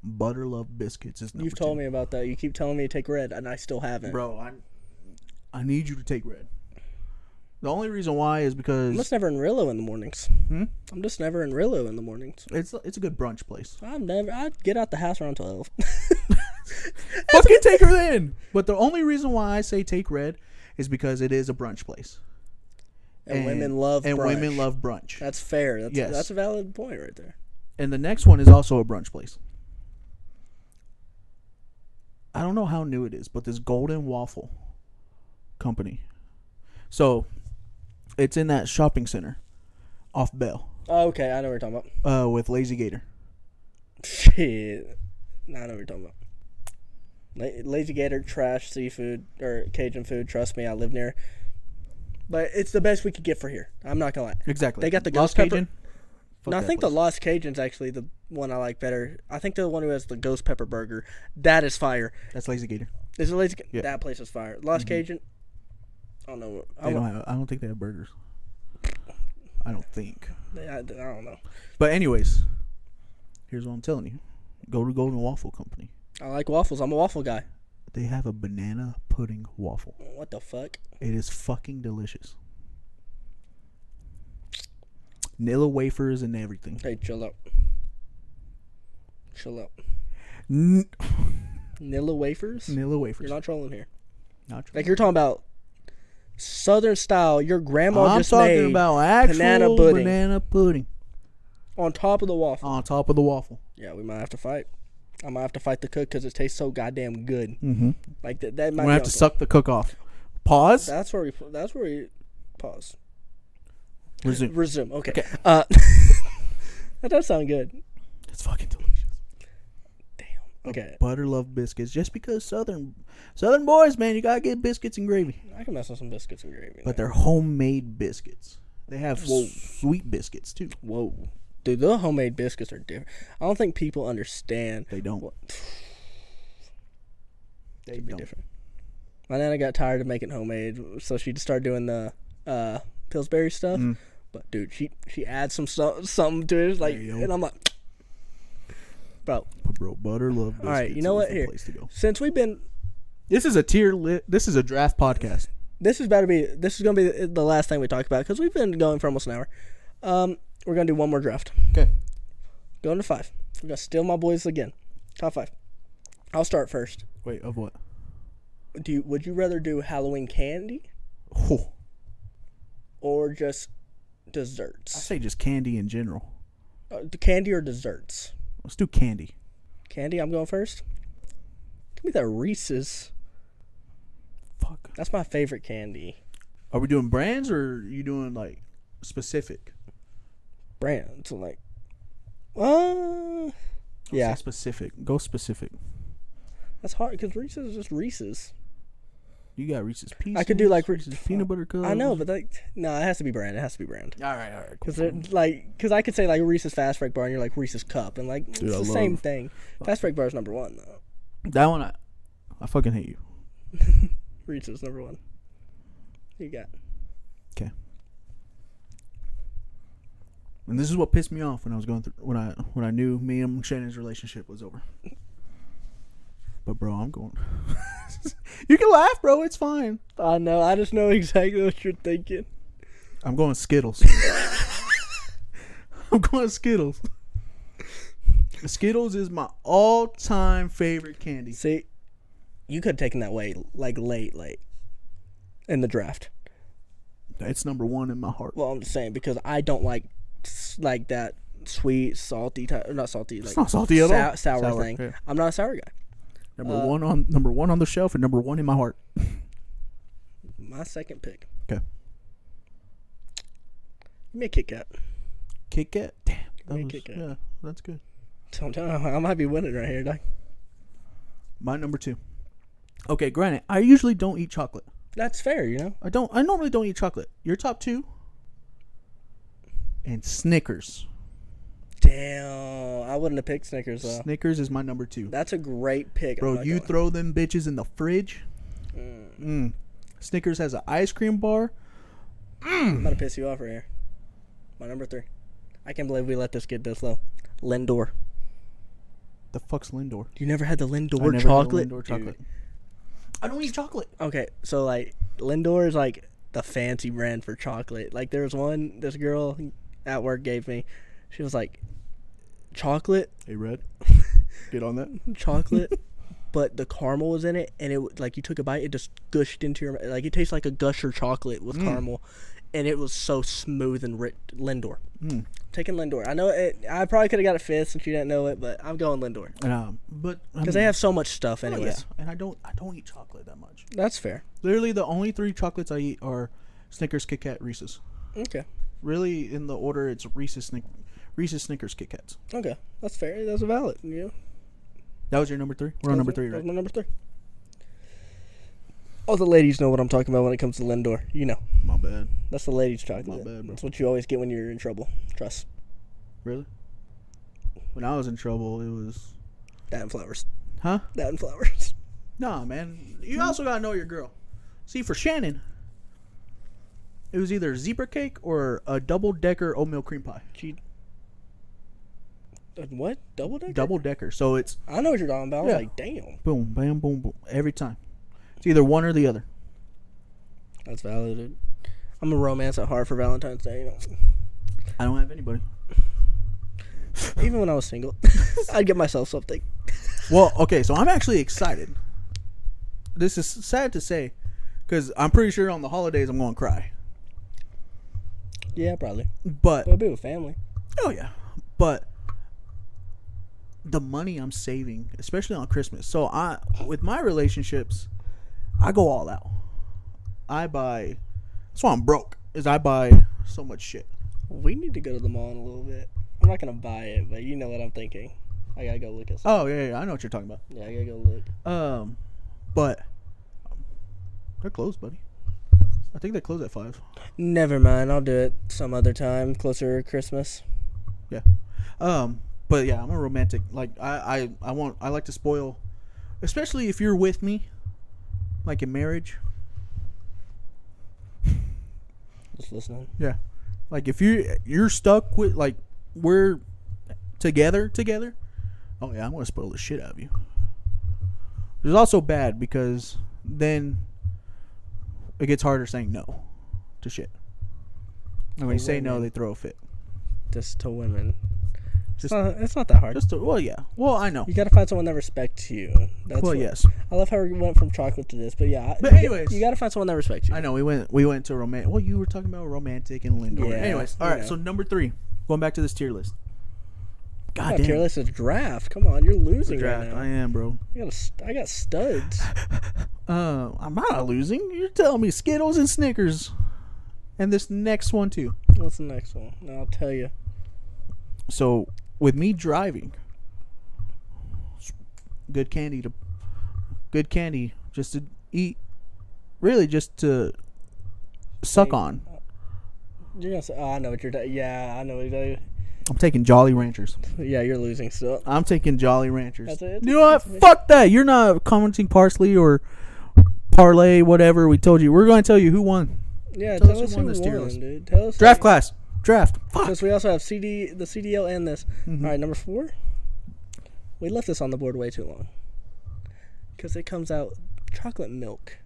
Speaker 2: Butter Love Biscuits is number
Speaker 1: You've told
Speaker 2: two.
Speaker 1: me about that. You keep telling me to take red, and I still haven't.
Speaker 2: Bro, I, I need you to take red. The only reason why is because
Speaker 1: I'm just never in Rillo in the mornings.
Speaker 2: Hmm?
Speaker 1: I'm just never in Rillo in the mornings.
Speaker 2: it's it's a good brunch place.
Speaker 1: I'm never. I'd get out the house around twelve.
Speaker 2: Fucking take her then. But the only reason why I say take red is because it is a brunch place,
Speaker 1: and, women love.
Speaker 2: and women
Speaker 1: brunch.
Speaker 2: love brunch.
Speaker 1: That's fair. That's,
Speaker 2: Yes.
Speaker 1: that's a valid point right there.
Speaker 2: and the next one is also a brunch place. I don't know how new it is, but this Golden Waffle Company. So, it's in that shopping center off Bell
Speaker 1: Oh, okay, I know what you're talking about.
Speaker 2: uh, with Lazy Gator.
Speaker 1: Shit, I know what you're talking about. La- Lazy Gator trash seafood or Cajun food. Trust me, I live near. But it's the best we could get for here. I'm not gonna lie.
Speaker 2: Exactly.
Speaker 1: They got the
Speaker 2: Lost
Speaker 1: ghost pepper-
Speaker 2: Cajun. Fuck
Speaker 1: No, I
Speaker 2: that
Speaker 1: think
Speaker 2: place.
Speaker 1: the Lost Cajun's actually the one I like better. I think the one who has the ghost pepper burger. That is fire.
Speaker 2: that's Lazy Gator.
Speaker 1: Is it Lazy Ca-
Speaker 2: Yeah. Mm-hmm.
Speaker 1: That place is fire. Lost Cajun. I don't know. I
Speaker 2: They don't
Speaker 1: don't,
Speaker 2: have, I don't think they have burgers. I don't think.
Speaker 1: I, I don't know.
Speaker 2: But anyways, here's what I'm telling you: go to Golden Waffle Company.
Speaker 1: I like waffles. I'm a waffle guy.
Speaker 2: They have a banana pudding waffle.
Speaker 1: What the fuck?
Speaker 2: It is fucking delicious. Nilla wafers and everything.
Speaker 1: Hey, chill out. Chill out.
Speaker 2: N-
Speaker 1: Nilla wafers.
Speaker 2: Nilla wafers.
Speaker 1: You're not trolling here.
Speaker 2: Not true.
Speaker 1: Like you're talking about southern style. Your grandma
Speaker 2: I'm
Speaker 1: just
Speaker 2: talking
Speaker 1: made
Speaker 2: about actual
Speaker 1: banana
Speaker 2: banana
Speaker 1: pudding.
Speaker 2: pudding.
Speaker 1: on top of the waffle.
Speaker 2: on top of the waffle.
Speaker 1: Yeah, we might have to fight. I might have to fight the cook because it tastes so goddamn good. Like that. That might.
Speaker 2: I'm gonna
Speaker 1: be
Speaker 2: Mm-hmm. have to
Speaker 1: on-
Speaker 2: suck the cook off. Pause.
Speaker 1: That's where we. That's where we pause.
Speaker 2: Resume.
Speaker 1: Resume. Okay. Uh, that does sound good.
Speaker 2: It's fucking delicious.
Speaker 1: Okay,
Speaker 2: Butter love biscuits. Just because southern southern boys, man, you gotta get biscuits and gravy.
Speaker 1: I can mess with some biscuits and gravy.
Speaker 2: But they're homemade biscuits. They have sweet biscuits too.
Speaker 1: whoa, dude, the homemade biscuits are different. I don't think people understand.
Speaker 2: They don't.
Speaker 1: What?
Speaker 2: They
Speaker 1: be
Speaker 2: don't.
Speaker 1: different. My nana got tired of making homemade, so she just started doing the uh, Pillsbury stuff.
Speaker 2: Mm.
Speaker 1: But dude, she she adds some stuff, something to it, like,
Speaker 2: yo.
Speaker 1: and I'm like, bro.
Speaker 2: But bro, butter love biscuits.
Speaker 1: All right, you know
Speaker 2: is
Speaker 1: what?
Speaker 2: the
Speaker 1: Here,
Speaker 2: place to go.
Speaker 1: since we've been,
Speaker 2: This is a tier lit. This is a draft podcast.
Speaker 1: this is better be, this is gonna be the last thing we talk about because we've been going for almost an hour. Um, we're gonna do one more draft.
Speaker 2: Okay.
Speaker 1: Going to five. I'm gonna steal my boys again. Top five. I'll start first.
Speaker 2: Wait, of what?
Speaker 1: Do you, would you rather do Halloween candy
Speaker 2: Oh,
Speaker 1: or just
Speaker 2: I
Speaker 1: desserts?
Speaker 2: say just candy in general.
Speaker 1: Uh, candy or desserts?
Speaker 2: Let's do candy.
Speaker 1: Candy, I'm going first. Give me that Reese's.
Speaker 2: Fuck.
Speaker 1: That's my favorite candy
Speaker 2: Are we doing brands or are you doing like specific?
Speaker 1: brand. So like, uh,
Speaker 2: I'll
Speaker 1: Yeah.
Speaker 2: say specific. Go specific.
Speaker 1: that's hard because Reese's is just Reese's.
Speaker 2: You got Reese's Pieces.
Speaker 1: I could do like
Speaker 2: Reese's Peanut Butter Cups.
Speaker 1: I know, but like, no, it has to be brand. It has to be brand.
Speaker 2: All right, all right.
Speaker 1: Cause they're like, cause I could say like Reese's fast break bar, and you're like Reese's cup, and like it's
Speaker 2: Dude,
Speaker 1: the
Speaker 2: I
Speaker 1: same
Speaker 2: love-
Speaker 1: thing. Fast break bar is number one though.
Speaker 2: That one, I, I fucking hate you.
Speaker 1: Reese's number one. You got
Speaker 2: Okay. And this is what pissed me off when I was going through when I when I knew me and Shannon's relationship was over. But bro, I'm going. you can laugh, bro. It's fine.
Speaker 1: I know. I just know exactly what you're thinking.
Speaker 2: I'm going Skittles. I'm going Skittles. Skittles is my all-time favorite candy.
Speaker 1: See, you could have taken that way like late, late in the draft.
Speaker 2: It's number one in my heart.
Speaker 1: Well, I'm just saying because I don't like s- like that sweet, salty type. Not salty. Like
Speaker 2: not salty at all.
Speaker 1: Sour,
Speaker 2: Sour,
Speaker 1: thing.
Speaker 2: yeah.
Speaker 1: I'm not a sour guy.
Speaker 2: Number one on number one on the shelf and number one in my heart.
Speaker 1: My second pick.
Speaker 2: Okay.
Speaker 1: Give me a Kit Kat.
Speaker 2: Kit Kat. Damn. That
Speaker 1: me a
Speaker 2: was-
Speaker 1: Kit Kat.
Speaker 2: Yeah, that's good.
Speaker 1: Don't tell- I might be winning right here, dog.
Speaker 2: My number two. Okay, granted, I usually don't eat chocolate.
Speaker 1: That's fair, you know.
Speaker 2: I don't. I normally don't eat chocolate. Your top two. And Snickers.
Speaker 1: Damn, I wouldn't have picked Snickers though.
Speaker 2: Snickers is my number two.
Speaker 1: That's a great pick. I'm
Speaker 2: Bro,
Speaker 1: not
Speaker 2: you
Speaker 1: gonna lie.
Speaker 2: throw them bitches in the fridge. Mm. Snickers has an ice cream bar.
Speaker 1: I'm gonna piss you off right here. My number three. I can't believe we let this get this low. Lindor.
Speaker 2: The fuck's Lindor?
Speaker 1: You never had the Lindor
Speaker 2: I never had a
Speaker 1: chocolate.
Speaker 2: Lindor
Speaker 1: Dude.
Speaker 2: chocolate. I don't eat chocolate.
Speaker 1: Okay, so like Lindor is like the fancy brand for chocolate. Like there was one this girl at work gave me. She was like, chocolate,
Speaker 2: Hey, Red, get on that.
Speaker 1: chocolate, but the caramel was in it, and it was like you took a bite, it just gushed into your like it tastes like a gusher chocolate
Speaker 2: Mm.
Speaker 1: with caramel, and it was so smooth and rich. Lindor.
Speaker 2: Hmm.
Speaker 1: Taking Lindor. I know it. I probably could have got a fifth since you didn't know it, but I'm going Lindor
Speaker 2: And, um, but I
Speaker 1: because they have so much stuff.
Speaker 2: Oh,
Speaker 1: Anyways,
Speaker 2: and I don't, I don't eat chocolate that much.
Speaker 1: that's fair.
Speaker 2: Literally, the only three chocolates I eat are Snickers, Kit Kat, Reese's.
Speaker 1: Okay,
Speaker 2: Really, in the order, it's Reese's, Snick, Reese's, Snickers, Kit Kats.
Speaker 1: okay, that's fair. That's valid. You know,
Speaker 2: That was your number three. We're on number
Speaker 1: That's
Speaker 2: three,
Speaker 1: it. That's
Speaker 2: right?
Speaker 1: my number three. All the ladies know what I'm talking about when it comes to Lindor. You know,
Speaker 2: My bad.
Speaker 1: that's the ladies' chocolate.
Speaker 2: bad, bro.
Speaker 1: That's what you always get when you're in trouble. Trust
Speaker 2: Really? When I was in trouble, it was
Speaker 1: that and flowers.
Speaker 2: huh?
Speaker 1: That and flowers.
Speaker 2: Nah, man. You also gotta know your girl. See, for Shannon, it was either zebra cake or a double decker oatmeal cream pie.
Speaker 1: She. Uh, What double decker?
Speaker 2: Double decker. So it's
Speaker 1: I know what you're talking about. I
Speaker 2: Yeah.
Speaker 1: was like, damn,
Speaker 2: boom, bam, boom, boom every time. It's either one or the other.
Speaker 1: that's valid. dude. I'm a romance at heart for Valentine's Day. You know.
Speaker 2: I don't have anybody.
Speaker 1: Even when I was single, I'd get myself something.
Speaker 2: Well, okay, so I'm actually excited. This is sad to say, because I'm pretty sure on the holidays I'm gonna cry.
Speaker 1: Yeah, probably.
Speaker 2: But
Speaker 1: But it'd be with family.
Speaker 2: Oh yeah, but the money I'm saving, especially on Christmas. So I, with my relationships, I go all out. I buy. That's why I'm broke. Is I buy so much shit.
Speaker 1: We need to go to the mall in a little bit. I'm not gonna buy it, but you know what I'm thinking. I gotta go look at. Something.
Speaker 2: Oh yeah, yeah I know what you're talking about.
Speaker 1: Yeah, I gotta go look.
Speaker 2: Um, but they're closed, buddy. I think they close at five.
Speaker 1: Never mind. I'll do it some other time, closer to Christmas.
Speaker 2: Yeah. Um, but yeah, I'm a romantic. Like I, I, I want. I like to spoil, especially if you're with me, like in marriage.
Speaker 1: Just listening.
Speaker 2: Yeah. Like if you you're stuck with like we're together together. Oh yeah, I'm gonna spoil the shit out of you. It's also bad because then it gets harder saying no to shit. And when you say no,
Speaker 1: women.
Speaker 2: they throw a fit.
Speaker 1: Just to women.
Speaker 2: Just-
Speaker 1: it's, not, it's not that hard.
Speaker 2: Just to, well, yeah. Well, I know.
Speaker 1: you gotta find someone that respects you. That's
Speaker 2: Well,
Speaker 1: what-
Speaker 2: yes.
Speaker 1: I love how we went from chocolate to this, but yeah. I-
Speaker 2: But
Speaker 1: you-
Speaker 2: anyways.
Speaker 1: you gotta find someone that respects you.
Speaker 2: I know we went we went to romantic. Well, you were talking about romantic and Lindor.
Speaker 1: Yeah,
Speaker 2: Anyways, all right.
Speaker 1: yeah.
Speaker 2: So number three, going back to this tier list. God
Speaker 1: God,
Speaker 2: damn.
Speaker 1: tier list is draft. Come on, you're losing
Speaker 2: Draft.
Speaker 1: right now.
Speaker 2: I am, bro.
Speaker 1: I got a st- I got studs.
Speaker 2: Uh, I'm not losing. You're telling me Skittles and Snickers, and this next one too.
Speaker 1: What's the next one? I'll tell you.
Speaker 2: So with me driving, s- good candy to, good candy just to eat, really just to suck on.
Speaker 1: You're gonna say, oh, I know what you're doing. Yeah, I know what you're doing.
Speaker 2: I'm taking Jolly Ranchers.
Speaker 1: Yeah, you're losing still.
Speaker 2: I'm taking Jolly Ranchers.
Speaker 1: That's it.
Speaker 2: You know what? Fuck that. You're not commenting parsley or parlay whatever we told you. We're going to tell you who won.
Speaker 1: Yeah,
Speaker 2: Tell
Speaker 1: tell,
Speaker 2: us who
Speaker 1: us
Speaker 2: won
Speaker 1: who won,
Speaker 2: this tier list.
Speaker 1: dude. Tell us.
Speaker 2: Draft class. Draft. Fuck.
Speaker 1: Because we also have CD, the CDL, and this.
Speaker 2: Mm-hmm.
Speaker 1: All right, number four. We left this on the board way too long. Because it comes out chocolate milk,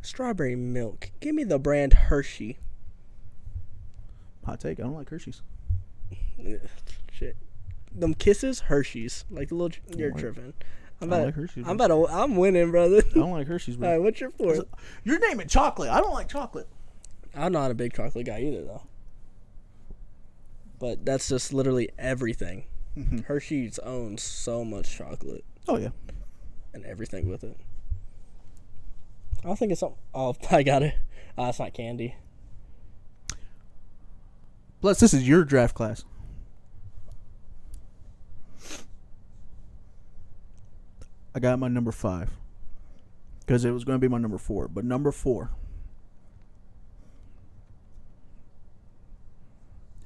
Speaker 1: strawberry milk. Give me the brand Hershey.
Speaker 2: Hot take. I don't like Hershey's.
Speaker 1: Shit. Them kisses, Hershey's. Like the little. ch- You're
Speaker 2: like-
Speaker 1: tripping. I'm
Speaker 2: Oh I
Speaker 1: about.
Speaker 2: don't like Hershey's,
Speaker 1: I'm
Speaker 2: bro.
Speaker 1: about. To, I'm winning, brother.
Speaker 2: I don't like Hershey's,
Speaker 1: All right,
Speaker 2: bro.
Speaker 1: what's your fourth?
Speaker 2: You're naming chocolate. I don't like chocolate.
Speaker 1: I'm not a big chocolate guy either, though. But that's just literally everything.
Speaker 2: Mm-hmm.
Speaker 1: Hershey's owns so much chocolate
Speaker 2: Oh, yeah.
Speaker 1: and everything with it. I don't think it's. some- Oh, I got it. Ah, it's not candy.
Speaker 2: Plus, this is your draft class. I got my number five because it was going to be my number four. But number four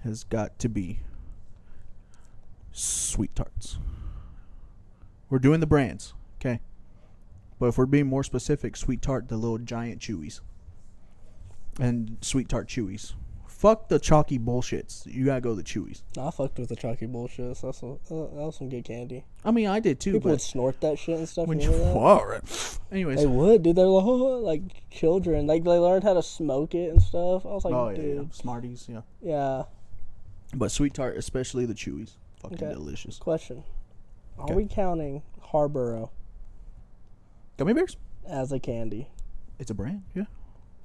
Speaker 2: has got to be s- sweet tarts. We're doing the brands, okay? But if we're being more specific, sweet tart, the little giant chewies, and sweet tart chewies. Fuck the chalky bullshits. You gotta go the chewies.
Speaker 1: I fucked with the chalky bullshit. So that's some, uh, that was some good candy.
Speaker 2: I mean, I did too.
Speaker 1: People would
Speaker 2: but
Speaker 1: snort that shit and stuff.
Speaker 2: when
Speaker 1: You
Speaker 2: you
Speaker 1: know that?
Speaker 2: are, anyways,
Speaker 1: They would, dude. They're like, like children. Like they learned how to smoke it and stuff. I was like,
Speaker 2: oh yeah, yeah,
Speaker 1: dude,
Speaker 2: Smarties, yeah.
Speaker 1: yeah.
Speaker 2: But sweet tart, especially the chewies, fucking
Speaker 1: Okay.
Speaker 2: delicious.
Speaker 1: Question: Are
Speaker 2: Okay.
Speaker 1: we counting Harborough
Speaker 2: Gummy bears?
Speaker 1: as a candy?
Speaker 2: It's a brand, yeah.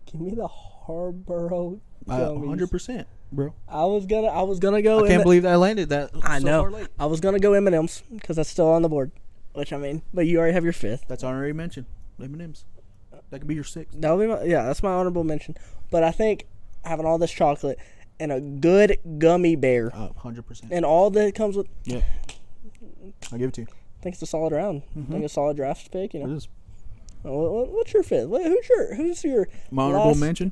Speaker 1: Give me the Harborough gummies.
Speaker 2: Uh,
Speaker 1: Oh,
Speaker 2: hundred percent, bro.
Speaker 1: I was gonna, I was gonna go.
Speaker 2: I can't
Speaker 1: M-
Speaker 2: believe that I landed that.
Speaker 1: I
Speaker 2: so
Speaker 1: know.
Speaker 2: far late.
Speaker 1: I was gonna go M and M's because that's still on the board. Which I mean, but you already have your fifth.
Speaker 2: That's already mentioned. M and M's. That could be your sixth.
Speaker 1: That'll be my, yeah. That's my honorable mention. But I think having all this chocolate and a good gummy bear
Speaker 2: Uh, Hundred percent.
Speaker 1: and all that comes with,
Speaker 2: Yeah. I'll give it to you.
Speaker 1: I think it's a solid round. I
Speaker 2: Mm-hmm.
Speaker 1: think it's a solid draft pick. You know.
Speaker 2: It is.
Speaker 1: Well, what- what's your fifth? What- Who's your who's your
Speaker 2: My Mm-hmm. honorable
Speaker 1: last-
Speaker 2: mention.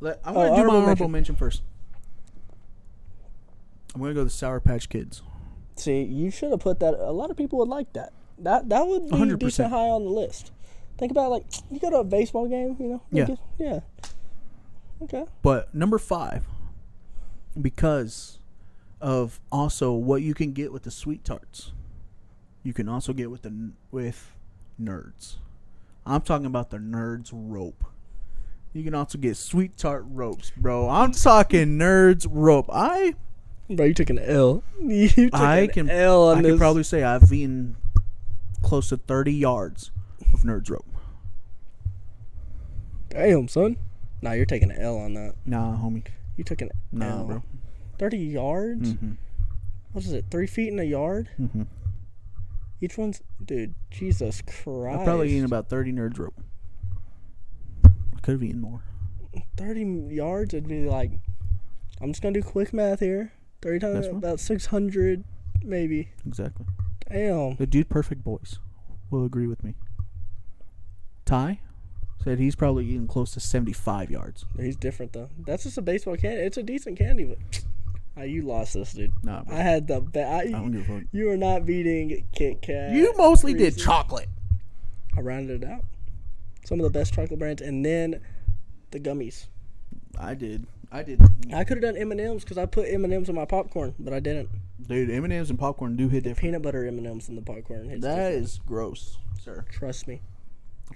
Speaker 2: Let, I'm
Speaker 1: Oh,
Speaker 2: gonna do
Speaker 1: honorable
Speaker 2: my honorable
Speaker 1: mention.
Speaker 2: mention. first. I'm gonna go the Sour Patch Kids.
Speaker 1: See, you should have put that. A lot of people would like that. That that would be
Speaker 2: 100%.
Speaker 1: decent high on the list. Think about like you go to a baseball game, you know?
Speaker 2: Yeah.
Speaker 1: Like, yeah. Okay.
Speaker 2: But number five, because of also what you can get with the sweet tarts, you can also get with the n- with nerds. I'm talking about the nerds rope. You can also get sweet tart ropes, bro. I'm talking nerds rope. I
Speaker 1: Bro, you took an L. You took
Speaker 2: I
Speaker 1: an
Speaker 2: can
Speaker 1: L on
Speaker 2: I
Speaker 1: this.
Speaker 2: can probably say I've eaten close to 30 yards of nerds rope.
Speaker 1: Damn, son. Nah, you're taking an L on that.
Speaker 2: Nah, homie.
Speaker 1: You took an
Speaker 2: Nah,
Speaker 1: L.
Speaker 2: bro.
Speaker 1: Thirty yards.
Speaker 2: Mm-hmm.
Speaker 1: What is it? Three feet in a yard.
Speaker 2: Mhm.
Speaker 1: Each one's dude. Jesus Christ.
Speaker 2: I've probably eaten about 30 nerds rope. I could have eaten more.
Speaker 1: 30 yards would be like i'm just gonna do quick math here 30 times
Speaker 2: That's fine.
Speaker 1: about 600 maybe
Speaker 2: Exactly.
Speaker 1: damn
Speaker 2: The dude Perfect Boys will agree with me. Ty said he's probably eaten close to 75 yards.
Speaker 1: he's different though that's just a baseball candy it's a decent candy but Ah, you lost this dude
Speaker 2: Nah, bro.
Speaker 1: i had the best
Speaker 2: I don't give a fuck.
Speaker 1: you are not beating kit kat
Speaker 2: You mostly did
Speaker 1: Reese's.
Speaker 2: chocolate.
Speaker 1: i rounded it out some of the best chocolate brands and then the gummies
Speaker 2: I did. I did.
Speaker 1: i could have done m&ms because i put m&ms in my popcorn but i didn't
Speaker 2: Dude, M&M's and popcorn do hit different.
Speaker 1: peanut butter m&ms in the popcorn hits
Speaker 2: That
Speaker 1: different.
Speaker 2: is gross, sir.
Speaker 1: trust me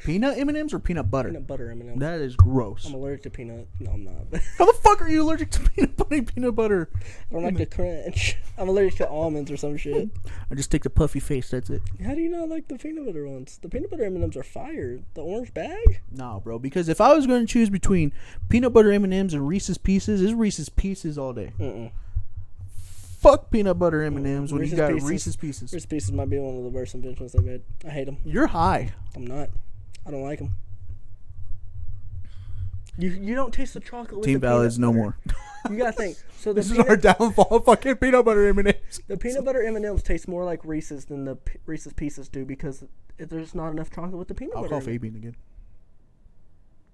Speaker 2: Peanut M&M's or peanut butter?
Speaker 1: peanut butter m&ms
Speaker 2: That is gross.
Speaker 1: i'm allergic to peanut no i'm not
Speaker 2: How the fuck are you allergic to peanut butter? and Peanut butter.
Speaker 1: I don't like the crunch. I'm allergic to almonds or some shit.
Speaker 2: I just take the puffy face. That's it.
Speaker 1: How do you not like the peanut butter ones? The peanut butter M&Ms are fire. The orange bag?
Speaker 2: Nah, bro. Because if I was going to choose between peanut butter M and M's and Reese's Pieces, it's Reese's Pieces all day.
Speaker 1: Mm-mm.
Speaker 2: Fuck peanut butter M and M's when
Speaker 1: Reese's
Speaker 2: you got
Speaker 1: Pieces.
Speaker 2: Reese's Pieces.
Speaker 1: Reese's Pieces might be one of the worst inventions they made. I hate them.
Speaker 2: You're high.
Speaker 1: I'm not. I don't like them. You you don't taste the chocolate with
Speaker 2: Team
Speaker 1: the
Speaker 2: Valid's
Speaker 1: peanut
Speaker 2: no
Speaker 1: butter.
Speaker 2: more.
Speaker 1: You gotta think. So the
Speaker 2: this is our
Speaker 1: peanut,
Speaker 2: downfall. Fucking peanut butter M and M's.
Speaker 1: the peanut butter M&Ms taste more like Reese's than the P- Reese's Pieces do because it- there's not enough chocolate with the peanut
Speaker 2: I'll
Speaker 1: butter.
Speaker 2: call
Speaker 1: in it.
Speaker 2: Fabian again.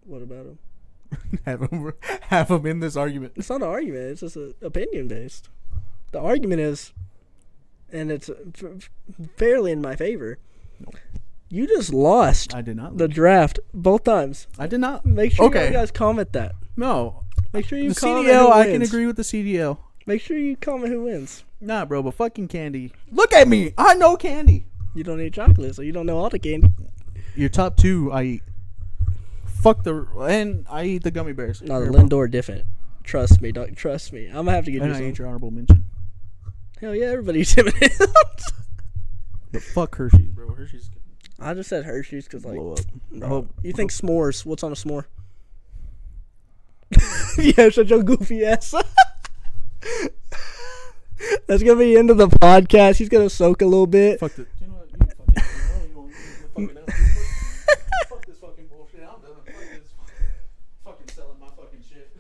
Speaker 1: What about them?
Speaker 2: have him. Have him in this argument.
Speaker 1: it's not an argument. It's just a, opinion based. The argument is, and it's uh, f- f- fairly in my favor. You just lost
Speaker 2: I did not.
Speaker 1: the draft both times.
Speaker 2: I did not.
Speaker 1: Make sure
Speaker 2: Okay.
Speaker 1: you guys comment that.
Speaker 2: No.
Speaker 1: Make sure
Speaker 2: The
Speaker 1: you comment who
Speaker 2: CDL. I can
Speaker 1: wins.
Speaker 2: agree with the CDL.
Speaker 1: Make sure you comment who wins.
Speaker 2: Nah, bro, but fucking candy. Look at me. I know candy.
Speaker 1: You don't eat chocolate, so you don't know all the candy.
Speaker 2: Your top two, I eat. Fuck the and I eat the gummy bears.
Speaker 1: No, the
Speaker 2: Your-
Speaker 1: Lindor different. Trust me, dog. Trust me. I'm gonna have to get
Speaker 2: And
Speaker 1: you
Speaker 2: I
Speaker 1: some.
Speaker 2: ate your honorable mention.
Speaker 1: Hell yeah, everybody eats M&Ms.
Speaker 2: But fuck Hershey's, bro. Hershey's gonna
Speaker 1: I just said Hershey's because like
Speaker 2: blow up.
Speaker 1: Bro,
Speaker 2: I hope
Speaker 1: you think s'mores? What's on a s'more? yeah, shut your goofy ass. up. That's gonna be the end of the podcast. He's gonna soak a little bit.
Speaker 2: fuck the. You know what? You fucking. You know you want me to fucking out. Fuck this fucking bullshit. I'm done. Fuck this. Fucking selling my fucking shit.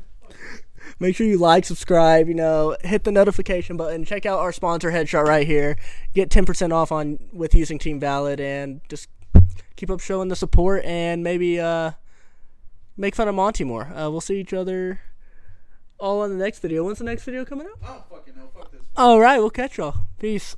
Speaker 1: Make sure you like, subscribe, you know, hit the notification button. Check out our sponsor headshot right here. Get ten percent off on with using Team Valid, and just keep up showing the support and maybe uh, make fun of Monty more. Uh, we'll see each other all on the next video. When's the next video coming out?
Speaker 2: I don't fucking know. Fuck this.
Speaker 1: All right, we'll catch y'all. Peace.